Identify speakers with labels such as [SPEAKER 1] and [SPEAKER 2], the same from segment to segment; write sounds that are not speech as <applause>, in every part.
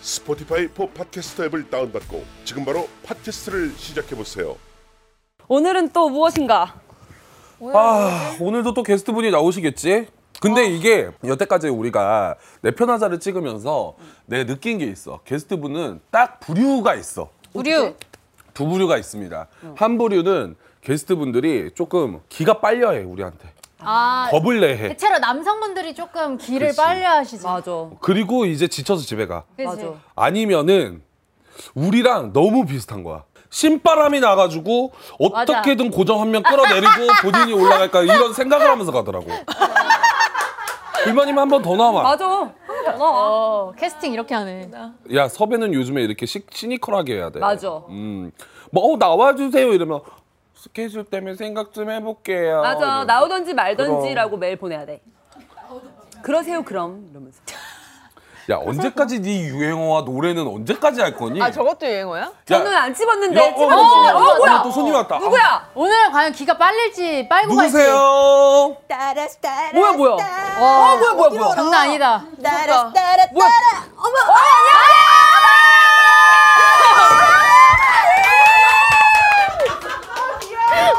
[SPEAKER 1] 스포티파이 포 팟캐스터 앱을 다운받고 지금 바로 팟캐스트를 시작해보세요.
[SPEAKER 2] 오늘은 또 무엇인가?
[SPEAKER 3] 아, 오늘도 또 게스트분이 나오시겠지? 근데 이게 여태까지 우리가 내 편하자를 찍으면서 내가 느낀 게 있어. 게스트분은 딱 부류가 있어.
[SPEAKER 4] 우류
[SPEAKER 3] 두 부류가 있습니다. 한 부류는 게스트분들이 조금 기가 빨려해 우리한테.
[SPEAKER 4] 아
[SPEAKER 3] 겁을 내해.
[SPEAKER 4] 대체로 남성분들이 조금 길을
[SPEAKER 3] 그치.
[SPEAKER 4] 빨려 하시죠.
[SPEAKER 2] 맞아.
[SPEAKER 3] 그리고 이제 지쳐서 집에 가.
[SPEAKER 4] 그치?
[SPEAKER 2] 맞아.
[SPEAKER 3] 아니면은 우리랑 너무 비슷한 거야. 신바람이 나가지고 어떻게든 고정 한 명
[SPEAKER 2] <laughs>
[SPEAKER 3] 끌어내리고 본인이 올라갈까 이런 생각을 하면서 가더라고. 불만이면 한 번 더 나와.
[SPEAKER 2] 맞아. 어.
[SPEAKER 4] 어, 캐스팅 이렇게 하네.
[SPEAKER 3] 야 섭외는 요즘에 이렇게 시, 시니컬하게 해야 돼.
[SPEAKER 2] 맞아.
[SPEAKER 3] 음, 뭐 어, 나와주세요 이러면 스케줄 때문에 생각 좀 해볼게요.
[SPEAKER 2] 맞아.
[SPEAKER 3] 이러면서.
[SPEAKER 2] 나오던지 말던지라고 메일 보내야 돼. 그러세요 그럼 이러면서.
[SPEAKER 3] 야
[SPEAKER 2] 그
[SPEAKER 3] 언제까지 네 유행어와 노래는 언제까지 할 거니?
[SPEAKER 5] 아 저것도 유행어야?
[SPEAKER 2] 저는 안
[SPEAKER 3] 야,
[SPEAKER 2] 찝었는데
[SPEAKER 3] 어,
[SPEAKER 2] 찝었는데.
[SPEAKER 3] 어,
[SPEAKER 2] 어,
[SPEAKER 3] 어,
[SPEAKER 2] 뭐야?
[SPEAKER 3] 또 손님 왔다. 아,
[SPEAKER 2] 누구야?
[SPEAKER 4] 오늘은 과연 기가 빨릴지 빨고 갈지.
[SPEAKER 3] 누구세요?
[SPEAKER 2] 뭐야 뭐야?
[SPEAKER 4] 와,
[SPEAKER 2] 뭐야, 뭐야, 뭐야.
[SPEAKER 4] 장난 아니다.
[SPEAKER 5] 따라
[SPEAKER 2] 뭐야?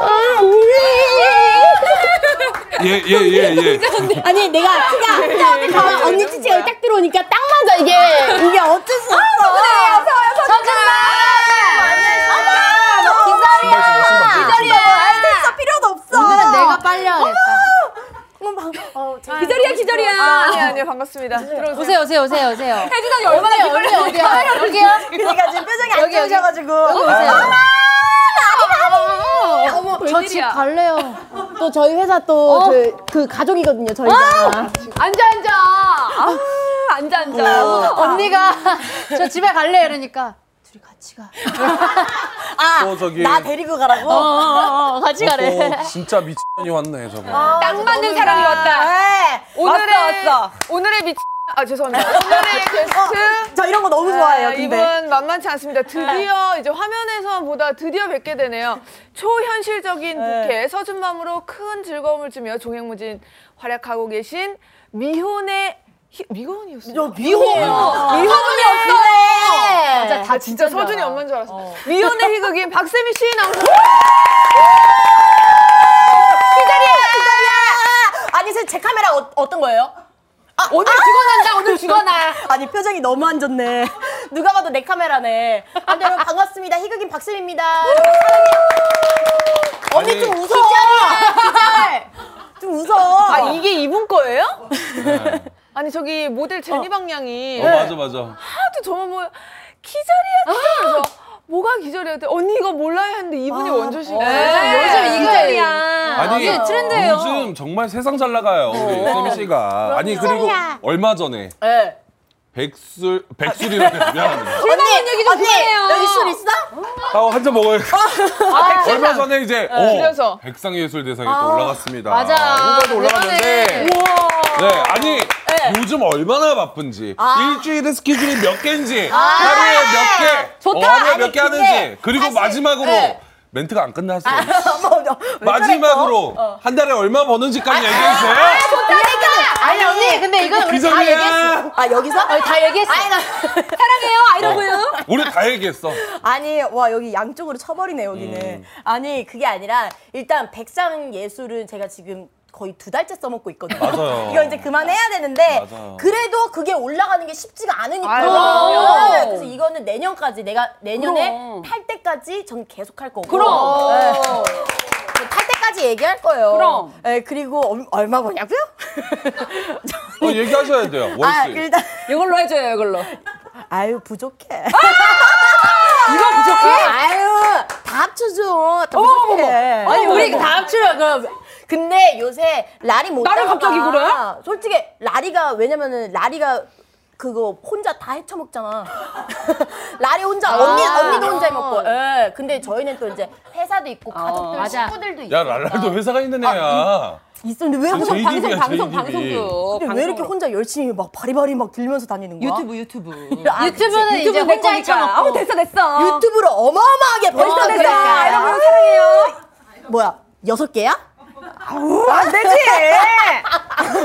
[SPEAKER 4] 아,
[SPEAKER 3] 예예 예 예.
[SPEAKER 6] 아니 내가 키가 처음에 가면 아, 언니 주체가 딱 들어오니까 딱 맞아 이게 이게 어쩔 수
[SPEAKER 4] 아,
[SPEAKER 6] 없어
[SPEAKER 3] 신발 신고
[SPEAKER 4] 아,
[SPEAKER 3] 신발 신고.
[SPEAKER 6] 진짜 필요도 없어
[SPEAKER 4] 오늘은 내가
[SPEAKER 6] 어,
[SPEAKER 4] 빨려야겠다.
[SPEAKER 2] 기절이야 기절이야.
[SPEAKER 5] 아니 아니요 반갑습니다. 들어오세요.
[SPEAKER 4] 오세요 오세요 오세요 오세요.
[SPEAKER 2] 혜진아 얼마나
[SPEAKER 4] 어디 어디요?
[SPEAKER 2] 기절해?
[SPEAKER 4] 여기요?
[SPEAKER 6] 그러니까 지금 표정이 안
[SPEAKER 4] 여기, 여기.
[SPEAKER 6] 좋으셔가지고
[SPEAKER 4] 오세요. 어머 저 집
[SPEAKER 2] 웬일이야? 어?
[SPEAKER 4] 갈래요.
[SPEAKER 6] 또 저희 회사 또 그 가족이거든요 저희가
[SPEAKER 4] 앉아 앉아.
[SPEAKER 2] 앉아 앉아.
[SPEAKER 6] 어.
[SPEAKER 4] 언니가 저 집에 갈래 이러니까 둘이 같이 가.
[SPEAKER 6] 아,
[SPEAKER 3] 또 어, 저기-
[SPEAKER 6] 나 데리고 가라고
[SPEAKER 4] 같이
[SPEAKER 3] 어, 진짜 미친이 왔네 저거.
[SPEAKER 4] 아,
[SPEAKER 3] 어,
[SPEAKER 6] 어,
[SPEAKER 2] 딱 맞는 사람이 왔다.
[SPEAKER 6] 네.
[SPEAKER 5] 오늘의
[SPEAKER 2] 왔어, 왔어.
[SPEAKER 5] 오늘의 미친 아 죄송합니다. 오늘의 게스트
[SPEAKER 6] 저 이런 거 너무 어. 좋아해요
[SPEAKER 5] 그 아,
[SPEAKER 6] 근데
[SPEAKER 5] 이분 만만치 않습니다. 드디어 이제 화면에서만 보다 드디어 뵙게 되네요. 초현실적인 부캐 서준맘으로 큰 즐거움을 주며 종횡무진 활약하고 계신 미혼의 희- 미혼이었어요.
[SPEAKER 6] 미호예요
[SPEAKER 5] 미혼의
[SPEAKER 4] 진짜 다
[SPEAKER 5] 아, 진짜 서준이 엄마인 줄 알았어. 미혼의 희극인 박세미 씨 나오셨습니다.
[SPEAKER 6] 아, 아니 선생님 제 카메라 어, 어떤 거예요? 아,
[SPEAKER 4] 오늘 죽어난다 오늘 죽어나.
[SPEAKER 6] <laughs> 아니 표정이 너무 안 좋네 누가 봐도 내 카메라네 아, 네, 여러분 반갑습니다 희극인 박슬입니다 언니 좀 웃어 기절 좀 웃어
[SPEAKER 5] 아 이게 이분 거예요? 아니 저기 모델 제니 방향이
[SPEAKER 4] 예.
[SPEAKER 3] 어, 맞아 맞아.
[SPEAKER 5] 하도 저만 보면 기절이야 기절 그래서 뭐가 기절이야 근데 언니 이거 몰라요 했는데
[SPEAKER 6] 아,
[SPEAKER 5] 이분이
[SPEAKER 6] 어.
[SPEAKER 5] 원조시네
[SPEAKER 4] 요즘 이거
[SPEAKER 6] 네.
[SPEAKER 3] 아니
[SPEAKER 4] 이게 트렌드예요. 어,
[SPEAKER 3] 요즘 정말 세상 잘 나가요 우리 세미 씨가. 아니 그리고 얼마 전에
[SPEAKER 4] 예.
[SPEAKER 3] 백술
[SPEAKER 4] <laughs>
[SPEAKER 3] 백술이라고 미안합니다.
[SPEAKER 6] 언니 얘기 좀 언니 여기 술 있어?
[SPEAKER 3] 아 한잔 먹어요. <laughs> 얼마 전에 이제 어,
[SPEAKER 5] 그래서.
[SPEAKER 3] 백상예술대상에 또 올라갔습니다.
[SPEAKER 4] 맞아.
[SPEAKER 3] 후보에도 올라갔는데.
[SPEAKER 4] 대단해.
[SPEAKER 3] 네 아니 요즘 얼마나 바쁜지 일주일에 스케줄이 몇 개인지 하루에 몇 개,
[SPEAKER 6] 좋다.
[SPEAKER 3] 어, 하루에
[SPEAKER 6] 아니,
[SPEAKER 3] 몇 개
[SPEAKER 6] 근데
[SPEAKER 3] 하는지 그리고
[SPEAKER 6] 사실-
[SPEAKER 3] 마지막으로
[SPEAKER 6] 네.
[SPEAKER 3] 멘트가 안 끝났어요.
[SPEAKER 6] 어머, 너, 왜
[SPEAKER 3] 마지막으로 한 달에 얼마 버는지까지 얘기해 주세요.
[SPEAKER 4] 아니 언니 근데 이건 우리 다 얘기했어.
[SPEAKER 3] 기성이야.
[SPEAKER 6] 저래 또? 아 여기서?
[SPEAKER 4] 우리 다 얘기했어.
[SPEAKER 6] 아니, 나...
[SPEAKER 2] 아,
[SPEAKER 6] 네.
[SPEAKER 3] 우리 다 얘기했어.
[SPEAKER 6] 아니 와 여기 양쪽으로 쳐버리네 여기는
[SPEAKER 3] 음.
[SPEAKER 6] 아니 그게 아니라 일단 백상 예술은 제가 지금 거의 두 달째 써먹고 있거든요.
[SPEAKER 3] 맞아요.
[SPEAKER 6] <laughs> 이거 이제 그만해야 되는데
[SPEAKER 3] 맞아요.
[SPEAKER 6] 그래도 그게 올라가는 게 쉽지가 않으니까.
[SPEAKER 2] 아이고.
[SPEAKER 6] 그래서 이거는 내년까지 내가 내년에 탈 때까지 전 계속 할 거고.
[SPEAKER 2] 그럼.
[SPEAKER 6] 네. 탈 때까지 얘기할 거예요.
[SPEAKER 2] 그럼.
[SPEAKER 6] 네, 그리고 얼- 얼마 버냐고요?
[SPEAKER 3] 어, 얘기하셔야 돼요. 월세.
[SPEAKER 6] 아 일단
[SPEAKER 2] 이걸로 해줘요 이걸로.
[SPEAKER 6] 아유 부족해.
[SPEAKER 2] 이거 부족해?
[SPEAKER 6] 아, 네. 아유 다 합쳐줘. 다 부족해.
[SPEAKER 2] 아니, 우리
[SPEAKER 6] 다 합치려 그럼. 근데 요새 라리 못.
[SPEAKER 2] 나를
[SPEAKER 6] 따라가.
[SPEAKER 2] 갑자기 그래?
[SPEAKER 6] 솔직히 라리가 왜냐면은 라리가 <laughs> 그거 혼자 다 헤쳐먹잖아. 라리 혼자 언니 언니도 혼자 해먹고 그러니까 근데 저희는 또 이제 회사도
[SPEAKER 4] 어,
[SPEAKER 6] 있고 가족들,
[SPEAKER 7] 맞아.
[SPEAKER 6] 친구들도 있고.
[SPEAKER 3] 야 랄랄도 회사가 있는 애야.
[SPEAKER 6] 있었는데 왜 혼자
[SPEAKER 3] JDB 야,
[SPEAKER 4] 방송 방송
[SPEAKER 3] JDB.
[SPEAKER 4] 방송도
[SPEAKER 6] 근데 왜 이렇게 혼자 열심히 막 바리바리 막 들면서 다니는 거야?
[SPEAKER 4] 유튜브 네, 유튜브
[SPEAKER 6] 아,
[SPEAKER 7] 유튜브는
[SPEAKER 6] 그치.
[SPEAKER 7] 이제
[SPEAKER 6] 유튜브는
[SPEAKER 7] 혼자
[SPEAKER 6] 내 거니까.
[SPEAKER 7] 헤쳐먹고.
[SPEAKER 6] 아우, 됐어, 됐어. 유튜브로 어마어마하게 벌써 됐어. 아,
[SPEAKER 7] 그러니까.
[SPEAKER 6] 여러분 사랑해요. 뭐야? 여섯 개야? 안 되지.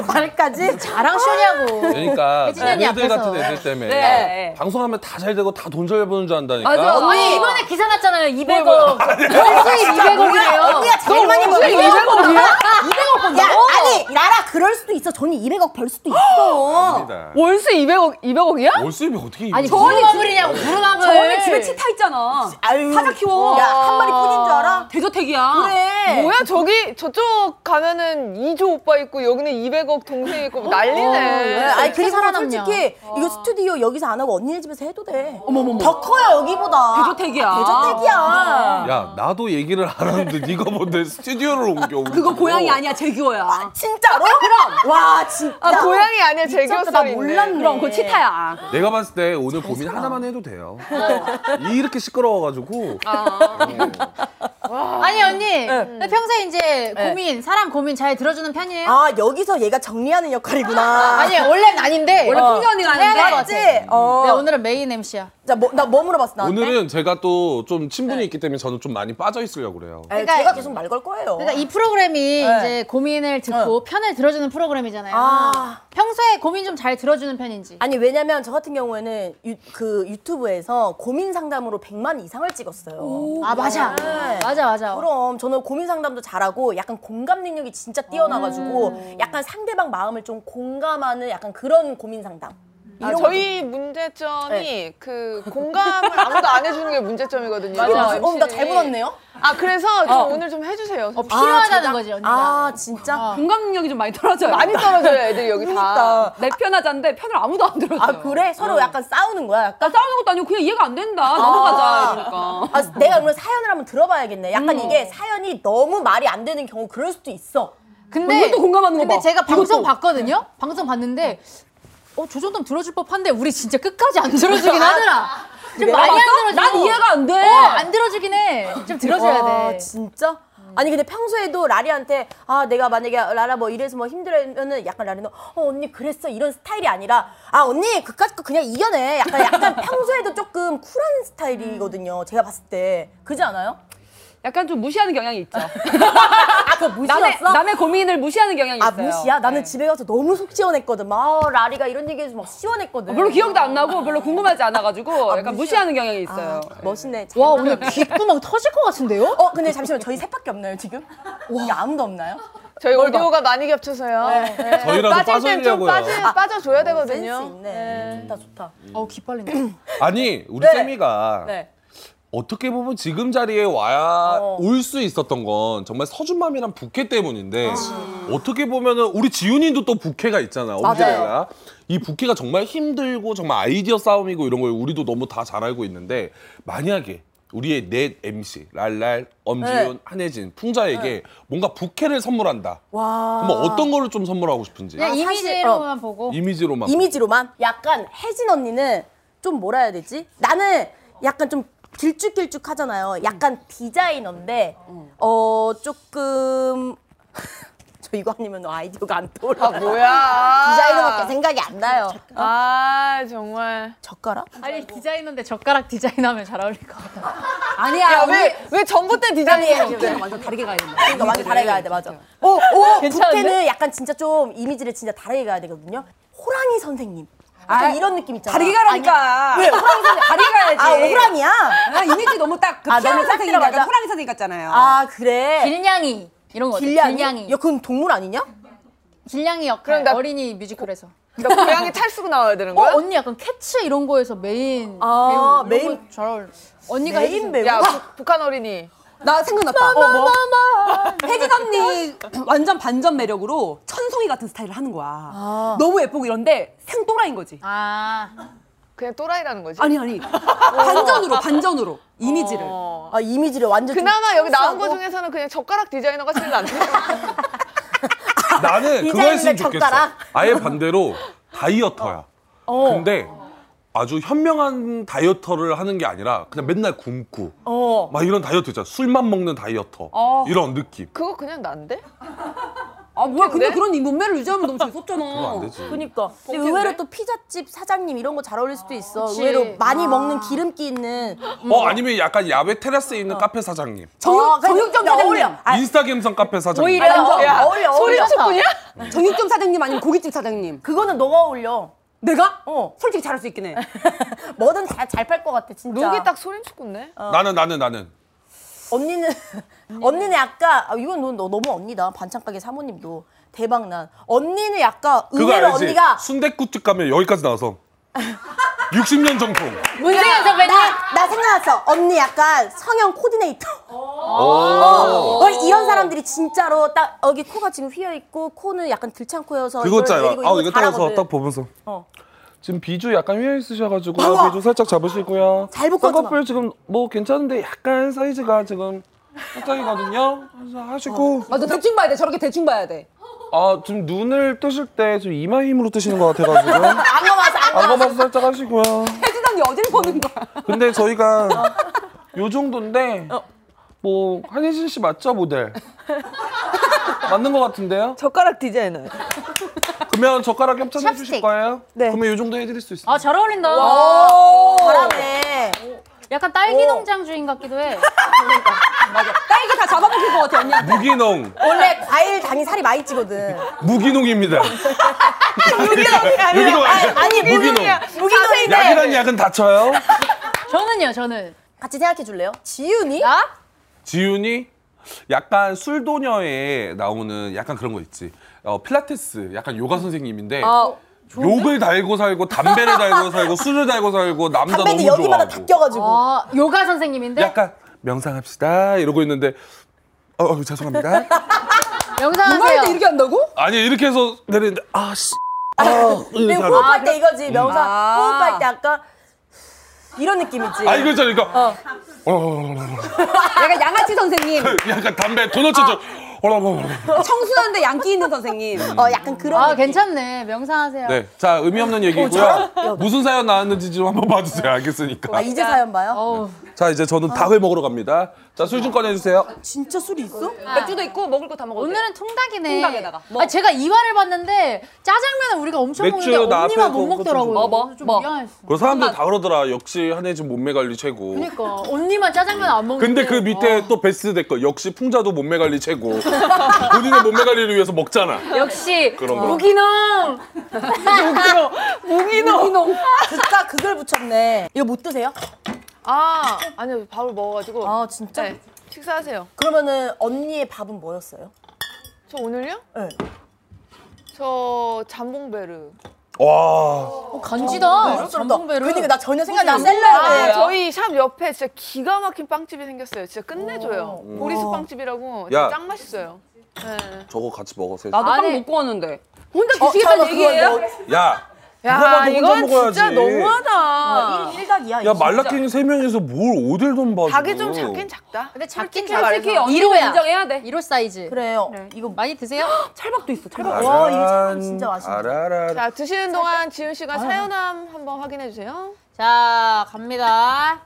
[SPEAKER 6] 발까지
[SPEAKER 7] 나랑 쇼냐고.
[SPEAKER 3] 그러니까
[SPEAKER 7] 혜진이 언니
[SPEAKER 3] 애들
[SPEAKER 7] 앞에서.
[SPEAKER 3] 같은 애들 때문에
[SPEAKER 4] 네.
[SPEAKER 3] 방송하면 다 잘 되고 다 돈 잘 버는 줄 안다니까.
[SPEAKER 4] 맞아.
[SPEAKER 7] 언니
[SPEAKER 4] 어.
[SPEAKER 7] 이번에 기사 났잖아요. 200억. 월수익 200억이래요.
[SPEAKER 6] 아, 언니가 제일 많이 벌어.
[SPEAKER 7] 200억
[SPEAKER 6] <laughs>
[SPEAKER 7] 뭐야?
[SPEAKER 6] 200억 번다. 야, 아니, 나라 그럴 수도 있어. 전이 200억 벌 수도 있어.
[SPEAKER 8] 월수 200억 200억이야?
[SPEAKER 3] 월수입이 어떻게
[SPEAKER 7] 아니
[SPEAKER 3] 이거-
[SPEAKER 7] 구름마블이냐고 구름마블.
[SPEAKER 2] 네.
[SPEAKER 4] 저 언니 집에 치타 있잖아
[SPEAKER 6] 아유.
[SPEAKER 4] 사자 키워.
[SPEAKER 6] 야, 한 마리뿐인 줄 알아?
[SPEAKER 4] 대저택이야
[SPEAKER 6] 그래.
[SPEAKER 5] 뭐야 저기 저쪽 가면은 이조 오빠 있고 여기는 200억 동생 있고
[SPEAKER 6] 네,
[SPEAKER 5] 난리네.
[SPEAKER 6] 아니 그리고 나
[SPEAKER 7] 살아남냐.
[SPEAKER 6] 솔직히 이거 스튜디오 여기서 안 하고 언니네 집에서 해도 돼. 어머머머. 더 커요 여기보다.
[SPEAKER 4] 대저택이야.
[SPEAKER 2] 아,
[SPEAKER 6] 대저택이야.
[SPEAKER 3] 야 나도 얘기를 안 하는데 네가 뭔데 스튜디오를 옮겨.
[SPEAKER 4] 그거
[SPEAKER 2] 어.
[SPEAKER 4] 고양이 아니야 제규어야
[SPEAKER 6] 진짜로? 아, 그럼. 와 진짜.
[SPEAKER 5] 아 고양이 아니야 제교살이.
[SPEAKER 4] 그럼 그거 치타야
[SPEAKER 3] 내가 봤을 때 오늘 고민 하나만 해도 돼요. 이렇게 시끄러워가지고
[SPEAKER 7] 아니
[SPEAKER 4] 음.
[SPEAKER 7] 언니.
[SPEAKER 4] 네.
[SPEAKER 7] 근데 평소에 이제 고민 사람 고민 잘 들어주는 편이에요?
[SPEAKER 6] 아 여기서 얘가 정리하는 역할이구나.
[SPEAKER 7] 아니 원래는 아닌데.
[SPEAKER 2] 어.
[SPEAKER 7] 어.
[SPEAKER 4] 원래 풍년 언니가
[SPEAKER 7] 해야
[SPEAKER 4] 하는데
[SPEAKER 7] 될것 같아.
[SPEAKER 6] 맞지? 어.
[SPEAKER 7] 네, 오늘은 메인 MC야.
[SPEAKER 6] 나뭐 뭐 물어봤어 나한테?
[SPEAKER 3] 오늘은 제가 또 좀 친분이 있기 때문에 저는 좀 많이 빠져 있으려고 그래요.
[SPEAKER 6] 아니,
[SPEAKER 7] 그러니까-
[SPEAKER 6] 제가 계속 말 걸 거예요.
[SPEAKER 7] 그러니까 이 프로그램이
[SPEAKER 4] 네.
[SPEAKER 7] 이제 고민을 듣고 편을 들어주는 프로그램이잖아요.
[SPEAKER 6] 아.
[SPEAKER 7] 평소에 고민 좀 잘 들어주는 편인지.
[SPEAKER 6] 아니 왜냐면 저 같은 경우에는 유, 그 유튜브에서 고민 상담으로 100만 이상을 찍었어요. 네.
[SPEAKER 7] 아 맞아.
[SPEAKER 4] 네.
[SPEAKER 7] 맞아 맞아.
[SPEAKER 6] 그럼 저는 고민 상담도 잘하고 약간 공감 능력이 진짜 뛰어나가지고 약간 상대방 마음을 좀 공감하는 약간 그런 고민 상담.
[SPEAKER 5] 아, 저희 문제점이 그 공감을 아무도 안 해주는 게 문제점이거든요.
[SPEAKER 6] 네. 맞아. 어, 나
[SPEAKER 5] MC는.
[SPEAKER 6] 잘 보았네요. 어.
[SPEAKER 5] 아 그래서 좀 오늘 좀 해주세요.
[SPEAKER 7] 아, 필요하다는 거지
[SPEAKER 4] 어,
[SPEAKER 7] 언니가.
[SPEAKER 6] 아 진짜.
[SPEAKER 4] 공감 능력이 좀 많이 떨어져요
[SPEAKER 5] 많이 떨어져요 애들이 여기
[SPEAKER 6] 그러니까.
[SPEAKER 5] 다.
[SPEAKER 4] 내 편하자인데 편을 아무도 안 들어줘요
[SPEAKER 6] 아 그래? 서로 약간 싸우는 거야. 약간.
[SPEAKER 4] 나 싸우는 것도 아니고 그냥 이해가 안 된다 넘어가자 이러니까
[SPEAKER 6] 아, 내가 그럼 사연을 한번 들어봐야겠네. 약간 이게 사연이 너무 말이 안 되는 경우 그럴 수도 있어.
[SPEAKER 7] 근데
[SPEAKER 4] 뭐 이것도 공감하는 거
[SPEAKER 7] 근데
[SPEAKER 4] 봐.
[SPEAKER 7] 제가
[SPEAKER 4] 이것도.
[SPEAKER 7] 방송
[SPEAKER 4] 네.
[SPEAKER 7] 봤거든요. 방송 봤는데 어저 정도면 들어줄 법한데 우리 진짜 끝까지 안 들어주긴 하더라. 좀 많이 안 들어줘.
[SPEAKER 4] 아. 난 이해가 안 돼. 아,
[SPEAKER 7] 어안 들어주긴 해. 좀 들어줘야
[SPEAKER 6] 와,
[SPEAKER 7] 돼.
[SPEAKER 6] 진짜? 아니 근데 평소에도 라리한테 아 내가 만약에 라라 뭐 이래서 뭐 힘들면은 약간 라리는 어 언니 그랬어 이런 스타일이 아니라 아 언니 그까짓 거 그냥 이겨내 약간 약간 평소에도 조금 쿨한 스타일이거든요 제가 봤을 때 그지 않아요?
[SPEAKER 4] 약간 좀 무시하는 경향이
[SPEAKER 6] <laughs>
[SPEAKER 4] 있죠
[SPEAKER 6] 아그
[SPEAKER 4] 남의,
[SPEAKER 6] 무시였어?
[SPEAKER 4] 남의 고민을 무시하는 경향이
[SPEAKER 6] 아
[SPEAKER 4] 있어요
[SPEAKER 6] 무시야?
[SPEAKER 4] 네.
[SPEAKER 6] 나는 집에 가서 너무 속 시원했거든 막 아, 라리가 이런 얘기해서 막 시원했거든
[SPEAKER 2] 아,
[SPEAKER 4] 별로 기억도 안 나고 별로 궁금하지 않아가지고 약간 무시하는 경향이 있어요
[SPEAKER 6] 아. 멋있네
[SPEAKER 7] 와 오늘 귓구멍 터질 것 같은데요?
[SPEAKER 6] 어 근데 잠시만 저희 셋밖에 없나요 지금? 와 아무도 없나요?
[SPEAKER 5] 저희 오디오가 많이 겹쳐서요. 네.
[SPEAKER 3] 저희라도
[SPEAKER 5] 빠질 땐 좀
[SPEAKER 3] 빠지려고요.
[SPEAKER 5] 빠지, 빠져줘야
[SPEAKER 6] 아, 센스
[SPEAKER 5] 되거든요.
[SPEAKER 6] 있네 좋다 좋다
[SPEAKER 7] 어우 기빨린다.
[SPEAKER 3] 아니 우리
[SPEAKER 6] 네.
[SPEAKER 3] 쌤이가
[SPEAKER 6] 네.
[SPEAKER 3] 어떻게 보면 지금 자리에 와야
[SPEAKER 6] 어.
[SPEAKER 3] 올 수 있었던 건 정말 서준맘이랑 부캐 때문인데
[SPEAKER 6] 아.
[SPEAKER 3] 어떻게 보면은 우리 지윤이도 또 부캐가 있잖아 언제나 이 부캐가 정말 힘들고 정말 아이디어 싸움이고 이런 걸 우리도 너무 다 잘 알고 있는데 만약에 우리의 넷 MC 랄랄 엄지윤
[SPEAKER 6] 네.
[SPEAKER 3] 한혜진 풍자에게 뭔가 부캐를 선물한다
[SPEAKER 6] 와
[SPEAKER 3] 그러면 어떤 거를 좀 선물하고 싶은지
[SPEAKER 7] 그냥
[SPEAKER 6] 아, 사실,
[SPEAKER 7] 이미지로만 보고.
[SPEAKER 3] 이미지로만
[SPEAKER 6] 이미지로만 약간 혜진 언니는 좀 뭐라 해야 되지? 나는 약간 좀 길쭉길쭉 하잖아요. 약간 디자이너인데 어 조금 <laughs> 저 이거 아니면 아이디어가 안 떠올라.
[SPEAKER 5] 뭐야.
[SPEAKER 6] 디자이너밖에 생각이 안 나요.
[SPEAKER 5] 아 정말.
[SPEAKER 6] 젓가락?
[SPEAKER 7] 아니 디자이너인데 젓가락 디자인하면 잘 어울릴 것 같아.
[SPEAKER 6] 아니야.
[SPEAKER 5] 왜 왜 전봇 대 디자인이야?
[SPEAKER 6] 디자인이야.
[SPEAKER 4] 완전 다르게 가야 된다
[SPEAKER 6] 그러니까 완전 다르게 가야 돼 맞아. 오, 오,
[SPEAKER 4] 괜찮은데?
[SPEAKER 6] 부캐는 약간 진짜 좀 이미지를 진짜 다르게 가야 되거든요. 호랑이 선생님. 약간
[SPEAKER 4] 아,
[SPEAKER 6] 이런 느낌 있잖아.
[SPEAKER 4] 다르게 가라니까
[SPEAKER 6] 아니야. 왜 호랑이 선생님?
[SPEAKER 4] 다르게 가야지
[SPEAKER 6] 아,
[SPEAKER 2] 네.
[SPEAKER 6] 호랑이야?
[SPEAKER 2] 어.
[SPEAKER 4] 아, 이미지 너무 딱그
[SPEAKER 6] 아,
[SPEAKER 4] 피아노
[SPEAKER 6] 너무 딱
[SPEAKER 4] 선생님
[SPEAKER 6] 들어가자.
[SPEAKER 4] 약간 호랑이 선생님 같잖아요
[SPEAKER 6] 아, 그래.
[SPEAKER 7] 길냥이 이런 거 어때?
[SPEAKER 6] 길냥이?
[SPEAKER 7] 길냥이.
[SPEAKER 6] 야, 그건 동물 아니냐?
[SPEAKER 7] 길냥이 역할
[SPEAKER 5] 그럼 나-
[SPEAKER 7] 어린이 뮤지컬에서.
[SPEAKER 5] 나 그러니까 고양이 탈 쓰고 나와야 되는
[SPEAKER 7] 어
[SPEAKER 5] 거야?
[SPEAKER 7] 언니 약간 캐치 이런 거에서 메인
[SPEAKER 6] 아,
[SPEAKER 7] 배우 이런
[SPEAKER 6] 메인-
[SPEAKER 7] 거잘 어울. 언니가
[SPEAKER 6] 메인 배우. 뭐?
[SPEAKER 5] 야 북- 북한 어린이.
[SPEAKER 4] 나 생각났다. 혜진 언니 완전 반전 매력으로 천송이 같은 스타일을 하는 거야. 너무 예쁘고 이런데 생또라인 거지.
[SPEAKER 7] 아
[SPEAKER 5] 그냥 또라이라는 거지.
[SPEAKER 4] 아니 아니 반전으로 반전으로 이미지를.
[SPEAKER 5] 어.
[SPEAKER 6] 아 이미지를 완전
[SPEAKER 5] 그나마
[SPEAKER 6] 좀
[SPEAKER 5] 여기 나온 거
[SPEAKER 6] 특수하고.
[SPEAKER 5] 중에서는 그냥 젓가락 디자이너가 제일 낫네.
[SPEAKER 3] 나는 그거
[SPEAKER 6] 디자인이나
[SPEAKER 3] 했으면 좋겠어.
[SPEAKER 6] 젓가락? 어.
[SPEAKER 3] 아예 반대로 다이어터야. 근데 아주 현명한 다이어터를 하는 게 아니라 그냥 맨날 굶고 막 이런 다이어트 있잖아. 술만 먹는 다이어터
[SPEAKER 5] 어.
[SPEAKER 3] 이런 느낌.
[SPEAKER 5] 그거 그냥 난데?
[SPEAKER 4] 아 뭐야 근데
[SPEAKER 5] 근데?
[SPEAKER 4] 그런 이 몸매를 유지하면 너무 재수없잖아.
[SPEAKER 3] 그거 안 되지.
[SPEAKER 6] 그니까. 그러니까. 근데
[SPEAKER 5] 본캐인데?
[SPEAKER 6] 의외로 또 피자집 사장님 이런 거 잘 어울릴 수도 있어.
[SPEAKER 7] 그치.
[SPEAKER 6] 의외로 많이 먹는 기름기 있는.
[SPEAKER 3] 어 아니면 약간 야외 테라스에 있는 카페 사장님,
[SPEAKER 4] 정육
[SPEAKER 6] 어, 그래도
[SPEAKER 4] 정육점
[SPEAKER 6] 나
[SPEAKER 4] 사장님.
[SPEAKER 6] 어울려. 어. 아,
[SPEAKER 3] 인스타 갬성 카페 사장님.
[SPEAKER 4] 오히려
[SPEAKER 6] 야,
[SPEAKER 4] 야,
[SPEAKER 6] 어울려,
[SPEAKER 4] 소리
[SPEAKER 6] 어울려.
[SPEAKER 4] 축구냐? 정육점 사장님 아니면 고깃집 사장님.
[SPEAKER 6] 그거는 너가 어울려. <laughs>
[SPEAKER 4] 내가?
[SPEAKER 6] 어.
[SPEAKER 4] 솔직히 잘할 수 있긴 해.
[SPEAKER 6] 뭐든 다 잘 팔 것 같아, 진짜.
[SPEAKER 5] 룩이 딱 소림축구네.
[SPEAKER 4] 아,
[SPEAKER 3] 어. 나는 나는 나는
[SPEAKER 6] 언니는 언니는 약간 아, 이건 너, 너 너무 언니다 반찬 가게 사모님도 대박 난 언니는 약간
[SPEAKER 3] 그거
[SPEAKER 6] 의외로
[SPEAKER 3] 알지?
[SPEAKER 6] 언니가
[SPEAKER 3] 순대국집 가면 여기까지 나와서 <laughs> 60년 정통.
[SPEAKER 7] 문제가 있어 맨날
[SPEAKER 6] 나, 나 생각났어 언니 약간 성형 코디네이터
[SPEAKER 3] 오.
[SPEAKER 6] 어, 이런 사람들이 진짜로 딱 여기 코가 지금 휘어 있고 코는 약간 들창 코여서
[SPEAKER 3] 그거 있잖아.
[SPEAKER 6] 어, 이걸 내리고
[SPEAKER 3] 아 이거 따라서
[SPEAKER 6] 잘하거든. 어.
[SPEAKER 3] 딱 보면서. 지금 비주 약간 휘어 있으셔가지고 아,
[SPEAKER 6] 봐봐.
[SPEAKER 3] 비주 살짝 잡으시고요.
[SPEAKER 6] 아. 잘 묶어줘 봐.
[SPEAKER 3] 쌍꺼풀 지금 뭐 괜찮은데 약간 사이즈가 지금 살짝이거든요. 그래서 하시고
[SPEAKER 4] 맞아 대충 봐야 돼. 저렇게 대충 봐야 돼.
[SPEAKER 3] 아 지금 눈을 뜨실 때 지금 이마 힘으로 뜨시는 것 같아가지고
[SPEAKER 6] <laughs>
[SPEAKER 3] 안검하서 안검하서 살짝 하시고요.
[SPEAKER 4] 혜진언니 어딜 보는 거야?
[SPEAKER 3] 근데 저희가
[SPEAKER 6] 어.
[SPEAKER 3] 요 정도인데 뭐 한혜진 씨 맞죠 모델? 맞는 것 같은데요?
[SPEAKER 8] 젓가락 디자이너.
[SPEAKER 3] 그러면 젓가락 협찬해 주실
[SPEAKER 6] 찹스틱.
[SPEAKER 3] 거예요?
[SPEAKER 8] 네.
[SPEAKER 3] 그러면 요 정도 해드릴 수 있어요.
[SPEAKER 7] 아 잘 어울린다
[SPEAKER 6] 잘하네
[SPEAKER 7] 약간 딸기 농장 주인 같기도 해
[SPEAKER 4] 맞아. 딸기 다 잡아먹힐 것 같아 언니한테.
[SPEAKER 6] 네.
[SPEAKER 3] 무기농
[SPEAKER 6] 원래 과일 당이 살이
[SPEAKER 3] <laughs>
[SPEAKER 6] 많이 찌거든
[SPEAKER 3] 무기농입니다.
[SPEAKER 5] 무기농이 아니라-
[SPEAKER 3] 무기농 아니야.
[SPEAKER 6] 아니, 네. 아니,
[SPEAKER 3] 무기농.
[SPEAKER 6] 무기농인데
[SPEAKER 3] 약이란 약은 다쳐요.
[SPEAKER 7] 저는요 저는
[SPEAKER 6] 같이 생각해 줄래요 지윤이
[SPEAKER 7] 나?
[SPEAKER 3] 지윤이 약간 술도녀에 나오는 약간 그런 거 있지. 어, 필라테스 약간 요가 선생님인데 욕을 달고 살고 담배를 달고 살고 술을 달고 살고 남자 너무
[SPEAKER 6] 담배는 여기마다 다
[SPEAKER 3] 좋아하고.
[SPEAKER 6] 껴가지고
[SPEAKER 7] 아 요가 선생님인데
[SPEAKER 3] 약간 명상합시다 이러고 있는데 어, 어 죄송합니다.
[SPEAKER 7] 명상하세요
[SPEAKER 4] 누나한테 이렇게 한다고?
[SPEAKER 3] 아니 이렇게 해서 내리는데 아 씨.
[SPEAKER 6] 그리고
[SPEAKER 3] 아,
[SPEAKER 6] 호흡할 때 이거지 명상
[SPEAKER 4] 아.
[SPEAKER 6] 호흡할 때 아까 이런 느낌이지
[SPEAKER 3] 아 이거 있잖아 이거. 어, 어, 어,
[SPEAKER 4] 약간 양아치 선생님.
[SPEAKER 3] <laughs> 약간 담배 도넛처럼.
[SPEAKER 4] 청순한데 양기 있는 선생님.
[SPEAKER 6] 어 약간 그런
[SPEAKER 7] 아
[SPEAKER 6] 느낌.
[SPEAKER 7] 괜찮네 명상하세요
[SPEAKER 3] 네, 자 의미 없는 얘기고요. 무슨 사연 나왔는지 좀 한번 봐주세요. 알겠으니까.
[SPEAKER 6] 아 이제 사연 봐요
[SPEAKER 7] 어우
[SPEAKER 3] 자 이제 저는 닭을 먹으러 갑니다. 자 술 좀 꺼내주세요.
[SPEAKER 6] 진짜 술이 있어
[SPEAKER 4] 맥주도 있고 먹을 거 다 먹어.
[SPEAKER 7] 오늘은 통닭이네.
[SPEAKER 4] 통닭에다가.
[SPEAKER 7] 아, 제가 이화를 봤는데 짜장면은 우리가 엄청
[SPEAKER 3] 맥주
[SPEAKER 7] 먹는데
[SPEAKER 3] 나
[SPEAKER 7] 언니만
[SPEAKER 3] 앞에
[SPEAKER 7] 못
[SPEAKER 3] 그거
[SPEAKER 7] 먹더라고요.
[SPEAKER 3] 좀
[SPEAKER 4] 먹어.
[SPEAKER 7] 좀
[SPEAKER 4] 먹어.
[SPEAKER 7] 미안했어.
[SPEAKER 3] 그 사람들 다 그러더라. 역시 한혜진 몸매 관리 최고.
[SPEAKER 7] 그러니까 언니만 짜장면 안 먹는데. 아.
[SPEAKER 3] 근데 그 밑에 또 베스트 댓글 역시 풍자도 몸매 관리 최고. <laughs> 본인의 몸매 관리를 위해서 먹잖아.
[SPEAKER 7] 어. 역시
[SPEAKER 3] 그런 거.
[SPEAKER 7] 무기농.
[SPEAKER 4] 무기농.
[SPEAKER 6] 진짜 그걸 붙였네 이거 못 드세요
[SPEAKER 5] 아 아니요 밥을 먹어가지고.
[SPEAKER 6] 아 진짜
[SPEAKER 5] 네, 식사하세요.
[SPEAKER 6] 그러면은 언니의 밥은 뭐였어요
[SPEAKER 5] 저 오늘요?
[SPEAKER 6] 네.
[SPEAKER 5] 저 잠봉베르.
[SPEAKER 3] 와.
[SPEAKER 7] 어, 간지다. 전봉배를.
[SPEAKER 6] 그러니까 나 전혀 생각이 안 어,
[SPEAKER 5] 아,
[SPEAKER 6] 날라
[SPEAKER 5] 저희 샵 옆에 진짜 기가 막힌 빵집이 생겼어요. 진짜 끝내줘요. 보리수 빵집이라고. 진짜
[SPEAKER 3] 야.
[SPEAKER 5] 짱 맛있어요. 네.
[SPEAKER 3] 저거 같이 먹어서.
[SPEAKER 8] 아,
[SPEAKER 4] 나도
[SPEAKER 7] 안
[SPEAKER 4] 빵
[SPEAKER 7] 해.
[SPEAKER 4] 먹고 왔는데.
[SPEAKER 8] 어,
[SPEAKER 6] 혼자 드시겠다는 얘기예요
[SPEAKER 3] 야.
[SPEAKER 5] 야,
[SPEAKER 3] 먹어도 혼자
[SPEAKER 5] 이건 진짜
[SPEAKER 3] 먹어야지.
[SPEAKER 7] 아.
[SPEAKER 5] 너무하다.
[SPEAKER 6] 1각이야
[SPEAKER 3] 야 말라끼는 세 명에서 뭘 오딜 돈 받아.
[SPEAKER 5] 닭이 좀 작긴 작다.
[SPEAKER 7] 근데 작긴
[SPEAKER 5] 솔직히
[SPEAKER 7] 솔직히
[SPEAKER 5] 말해서.
[SPEAKER 7] 언니야.
[SPEAKER 4] 인정해야 돼.
[SPEAKER 7] 1호 사이즈.
[SPEAKER 6] 그래요
[SPEAKER 7] 네.
[SPEAKER 6] 이거
[SPEAKER 7] 많이 드세요? <gasps>
[SPEAKER 4] 찰박도
[SPEAKER 3] 아,
[SPEAKER 4] 있어. 찰박.
[SPEAKER 6] 와, 이거 참 진짜 맛있는데.
[SPEAKER 5] 자, 드시는 동안 지은 씨가 사연함 한번 확인해 주세요.
[SPEAKER 7] 자, 갑니다.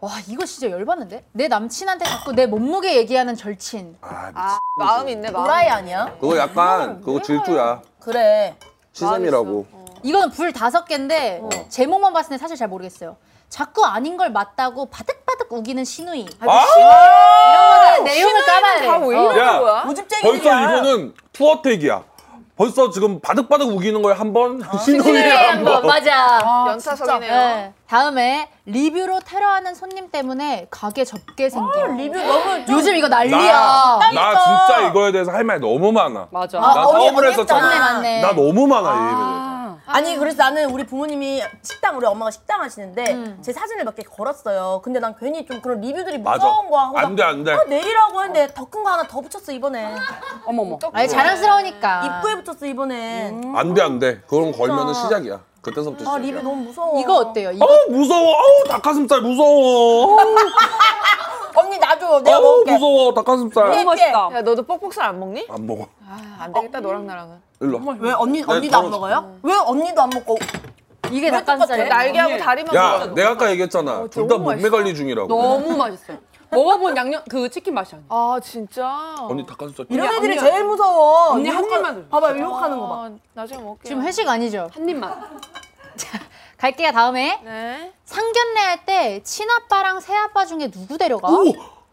[SPEAKER 7] 와, 이거 진짜 열받는데? 내 남친한테 자꾸 내 몸무게 얘기하는 절친.
[SPEAKER 3] 아, 미치.
[SPEAKER 5] 마음이 있네, 마음.
[SPEAKER 6] 도라이 아니야
[SPEAKER 3] 그거 약간 그거 질투야.
[SPEAKER 6] 그래
[SPEAKER 3] 시샘이라고.
[SPEAKER 7] 이거는 불 다섯 개인데
[SPEAKER 6] 어.
[SPEAKER 7] 제목만 봤을 때 사실 잘 모르겠어요. 자꾸 아닌 걸 맞다고 바득바득 우기는 신우이. 아,
[SPEAKER 6] 아.
[SPEAKER 7] 이런
[SPEAKER 3] 아!
[SPEAKER 7] 거는 내용을 까봐야 돼.
[SPEAKER 8] 뭐
[SPEAKER 5] 다왜
[SPEAKER 7] 어.
[SPEAKER 5] 이러는
[SPEAKER 3] 야.
[SPEAKER 5] 거야?
[SPEAKER 3] 벌써
[SPEAKER 6] 오집쟁이들이야
[SPEAKER 3] 이거는 투어택이야. 벌써 지금 바득바득 우기는 거에 한 번, 신호에
[SPEAKER 7] 신우이의
[SPEAKER 3] 한
[SPEAKER 7] 한번
[SPEAKER 3] 번.
[SPEAKER 7] 맞아.
[SPEAKER 5] 연타석이네요.
[SPEAKER 7] 네. 다음에 리뷰로 테러하는 손님 때문에 가게 접게 생겨.
[SPEAKER 6] 아.
[SPEAKER 7] 리뷰 너무 요즘 이거 난리야.
[SPEAKER 3] 나, 나 진짜 이거에 대해서 할 말이 너무 많아.
[SPEAKER 4] 맞아.
[SPEAKER 3] 나
[SPEAKER 6] 언니,
[SPEAKER 3] 사업을
[SPEAKER 6] 언니
[SPEAKER 7] 맞네
[SPEAKER 3] 했었잖아.
[SPEAKER 6] 했잖아.
[SPEAKER 7] 맞네.
[SPEAKER 3] 나 너무 많아 얘에 대해서.
[SPEAKER 6] 아니 그래서 나는 우리 부모님이 식당 우리 엄마가 식당 하시는데
[SPEAKER 7] 음.
[SPEAKER 6] 제 사진을 몇 개 걸었어요. 근데 난 괜히 좀 그런 리뷰들이
[SPEAKER 3] 맞아.
[SPEAKER 6] 무서운 거야. 하고
[SPEAKER 3] 안
[SPEAKER 6] 막,
[SPEAKER 3] 돼, 안 돼.
[SPEAKER 6] 아, 내리라고 했는데 더 큰 거 하나 더 붙였어 이번에.
[SPEAKER 4] 어머머.
[SPEAKER 7] 아니 네, 음. 자랑스러우니까.
[SPEAKER 6] 입구에 붙였어 이번에.
[SPEAKER 3] 안 돼, 안 돼. 그런 걸면은 시작이야. 그때서부터
[SPEAKER 6] 아
[SPEAKER 3] 시작이야.
[SPEAKER 6] 리뷰 너무 무서워.
[SPEAKER 7] 이거 어때요? 이거
[SPEAKER 3] 어우 무서워. 어우 닭가슴살 무서워. 어우,
[SPEAKER 6] 언니 놔줘. 내가
[SPEAKER 3] 어우
[SPEAKER 6] 먹을게.
[SPEAKER 3] 무서워 닭가슴살.
[SPEAKER 2] 네.
[SPEAKER 4] 너무 맛있다.
[SPEAKER 5] 야, 너도 뻑뻑살 안 먹니?
[SPEAKER 3] 안 먹어.
[SPEAKER 5] 아, 안 되겠다, 너랑 나랑은.
[SPEAKER 3] 일로. 와.
[SPEAKER 6] 왜 언니 언니도
[SPEAKER 3] 네, 더워.
[SPEAKER 6] 안 먹어요? 왜 언니도 안 먹고
[SPEAKER 7] 이게 닭가슴살이에요.
[SPEAKER 5] 날개하고 다리만
[SPEAKER 3] 야,
[SPEAKER 5] 먹어도
[SPEAKER 3] 내가 아까 얘기했잖아. 둘 다
[SPEAKER 5] 너무
[SPEAKER 3] 몸매
[SPEAKER 5] 맛있어.
[SPEAKER 3] 관리 중이라고.
[SPEAKER 8] 너무 맛있어요. 먹어본 양념 그 치킨 맛이 아니야.
[SPEAKER 5] 아 진짜
[SPEAKER 3] 언니 닭가슴살.
[SPEAKER 6] 이런
[SPEAKER 8] 언니,
[SPEAKER 6] 애들이
[SPEAKER 8] 언니가-
[SPEAKER 6] 제일 무서워.
[SPEAKER 8] 언니 한
[SPEAKER 6] 유혹하-
[SPEAKER 8] 입만 드세요.
[SPEAKER 6] 봐봐 유혹하는 거 봐.
[SPEAKER 5] 아, 나중에 먹을게요
[SPEAKER 7] 지금 회식 아니죠? <laughs>
[SPEAKER 8] 한 입만.
[SPEAKER 7] 갈게요 다음에
[SPEAKER 5] 네
[SPEAKER 7] 상견례 할 때 친아빠랑 새아빠 중에 누구 데려가?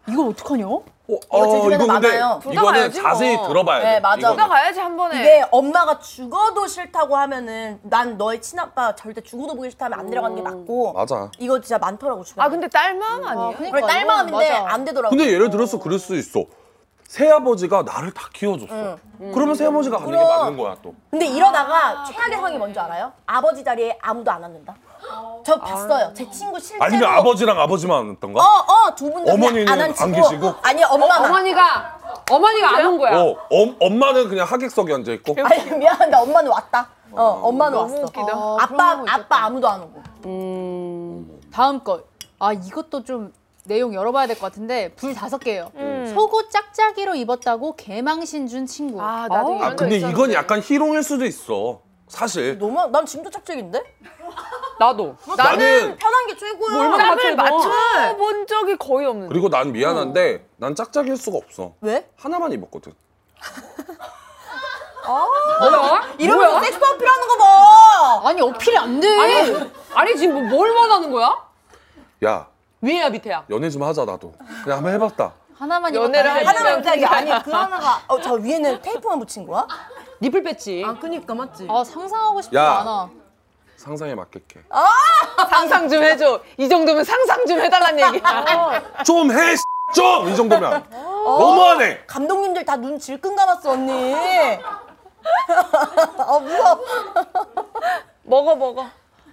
[SPEAKER 7] 이걸 어떡하냐?
[SPEAKER 3] 어,
[SPEAKER 6] 제 주변에 많아요.
[SPEAKER 5] 둘다
[SPEAKER 3] 이거는
[SPEAKER 5] 가야지,
[SPEAKER 3] 자세히
[SPEAKER 5] 뭐.
[SPEAKER 3] 들어봐야 돼.
[SPEAKER 6] 네, 맞아.
[SPEAKER 3] 이거는.
[SPEAKER 5] 둘다 가야지 한 번에
[SPEAKER 6] 이게 엄마가 죽어도 싫다고 하면은 난 너의 친아빠 절대 죽어도 보기 싫다 하면 안 데려가는 게 낫고
[SPEAKER 3] 맞아.
[SPEAKER 6] 이거 진짜 많더라고 주변에.
[SPEAKER 5] 아 근데 딸 마음 아니에요?
[SPEAKER 6] 그래 딸 마음인데 안 되더라고.
[SPEAKER 3] 근데 예를 들어서 그럴 수 있어. 새아버지가 나를 다 키워줬어. 그러면 새아버지가 가는 게
[SPEAKER 6] 그럼.
[SPEAKER 3] 맞는 거야, 또.
[SPEAKER 6] 근데 이러다가 최악의 상황이 뭔지 알아요? 아버지 자리에 아무도 안 앉는다. 저 봤어요. 제 친구 실제로
[SPEAKER 3] 아니면 아버지랑 아버지만 앉던가?
[SPEAKER 6] 어어두분
[SPEAKER 3] 어머니는
[SPEAKER 6] 안 앉히고
[SPEAKER 3] 안 계시고?
[SPEAKER 6] 아니 엄마 만
[SPEAKER 8] 어머니가 어머니가 안 온 거야.
[SPEAKER 3] 어, 엄- 엄마는 그냥 하객석에 앉아있고.
[SPEAKER 6] 아니 미안한데 엄마는 왔다. 어 엄마는
[SPEAKER 5] 너무
[SPEAKER 6] 왔어.
[SPEAKER 5] 웃기다.
[SPEAKER 6] 어, 아빠 아빠 아무도 안 오고.
[SPEAKER 7] 다음 거. 아 이것도 좀 내용 열어봐야 될 것 같은데 불 다섯 개예요.
[SPEAKER 6] 음.
[SPEAKER 7] 속옷 짝짝이로 입었다고 개망신 준 친구.
[SPEAKER 5] 아 나도 이런
[SPEAKER 3] 아,
[SPEAKER 5] 적
[SPEAKER 3] 근데 이건
[SPEAKER 5] 있었는데.
[SPEAKER 3] 약간 희롱일 수도 있어. 사실.
[SPEAKER 6] 너무 난 지금도 짝짝인데?
[SPEAKER 8] 나도.
[SPEAKER 3] 나는
[SPEAKER 6] 편한 게 최고야.
[SPEAKER 8] 뭘 네. 뭐 얼마나
[SPEAKER 5] 땀을
[SPEAKER 8] 맞춰, 너.
[SPEAKER 5] 맞춰본 적이 거의 없는데
[SPEAKER 3] 그리고 난 미안한데 난 짝짝일 수가 없어.
[SPEAKER 6] 왜?
[SPEAKER 3] 하나만 입었거든.
[SPEAKER 8] 뭐야?
[SPEAKER 6] 이러면 섹스 어필하는 거 봐.
[SPEAKER 7] 아니 어필이 안 돼.
[SPEAKER 8] 아니, 아니 지금 뭐, 뭘 원하는 거야?
[SPEAKER 3] 야
[SPEAKER 8] 위에야 밑에야?
[SPEAKER 3] 연애 좀 하자 나도. 그냥 한번 해봤다.
[SPEAKER 7] 하나만
[SPEAKER 5] 연애를
[SPEAKER 7] 입었다고.
[SPEAKER 5] 할-
[SPEAKER 6] 하나만 그게 아니 그 하나가 어, 저 위에는 테이프만 붙인 거야?
[SPEAKER 8] 니플 뺐지.
[SPEAKER 6] 그니까 맞지.
[SPEAKER 7] 아 상상하고 싶지
[SPEAKER 3] 야.
[SPEAKER 7] 않아.
[SPEAKER 3] 상상에 맞게게.
[SPEAKER 8] 상상 좀 해줘. 이 정도면 상상 좀 해달란 얘기야.
[SPEAKER 3] 좀 해. 좀! 이 정도면. 너무하네.
[SPEAKER 6] 감독님들 다 눈 질끈 감았어 언니. 어 무서워.
[SPEAKER 5] 먹어 먹어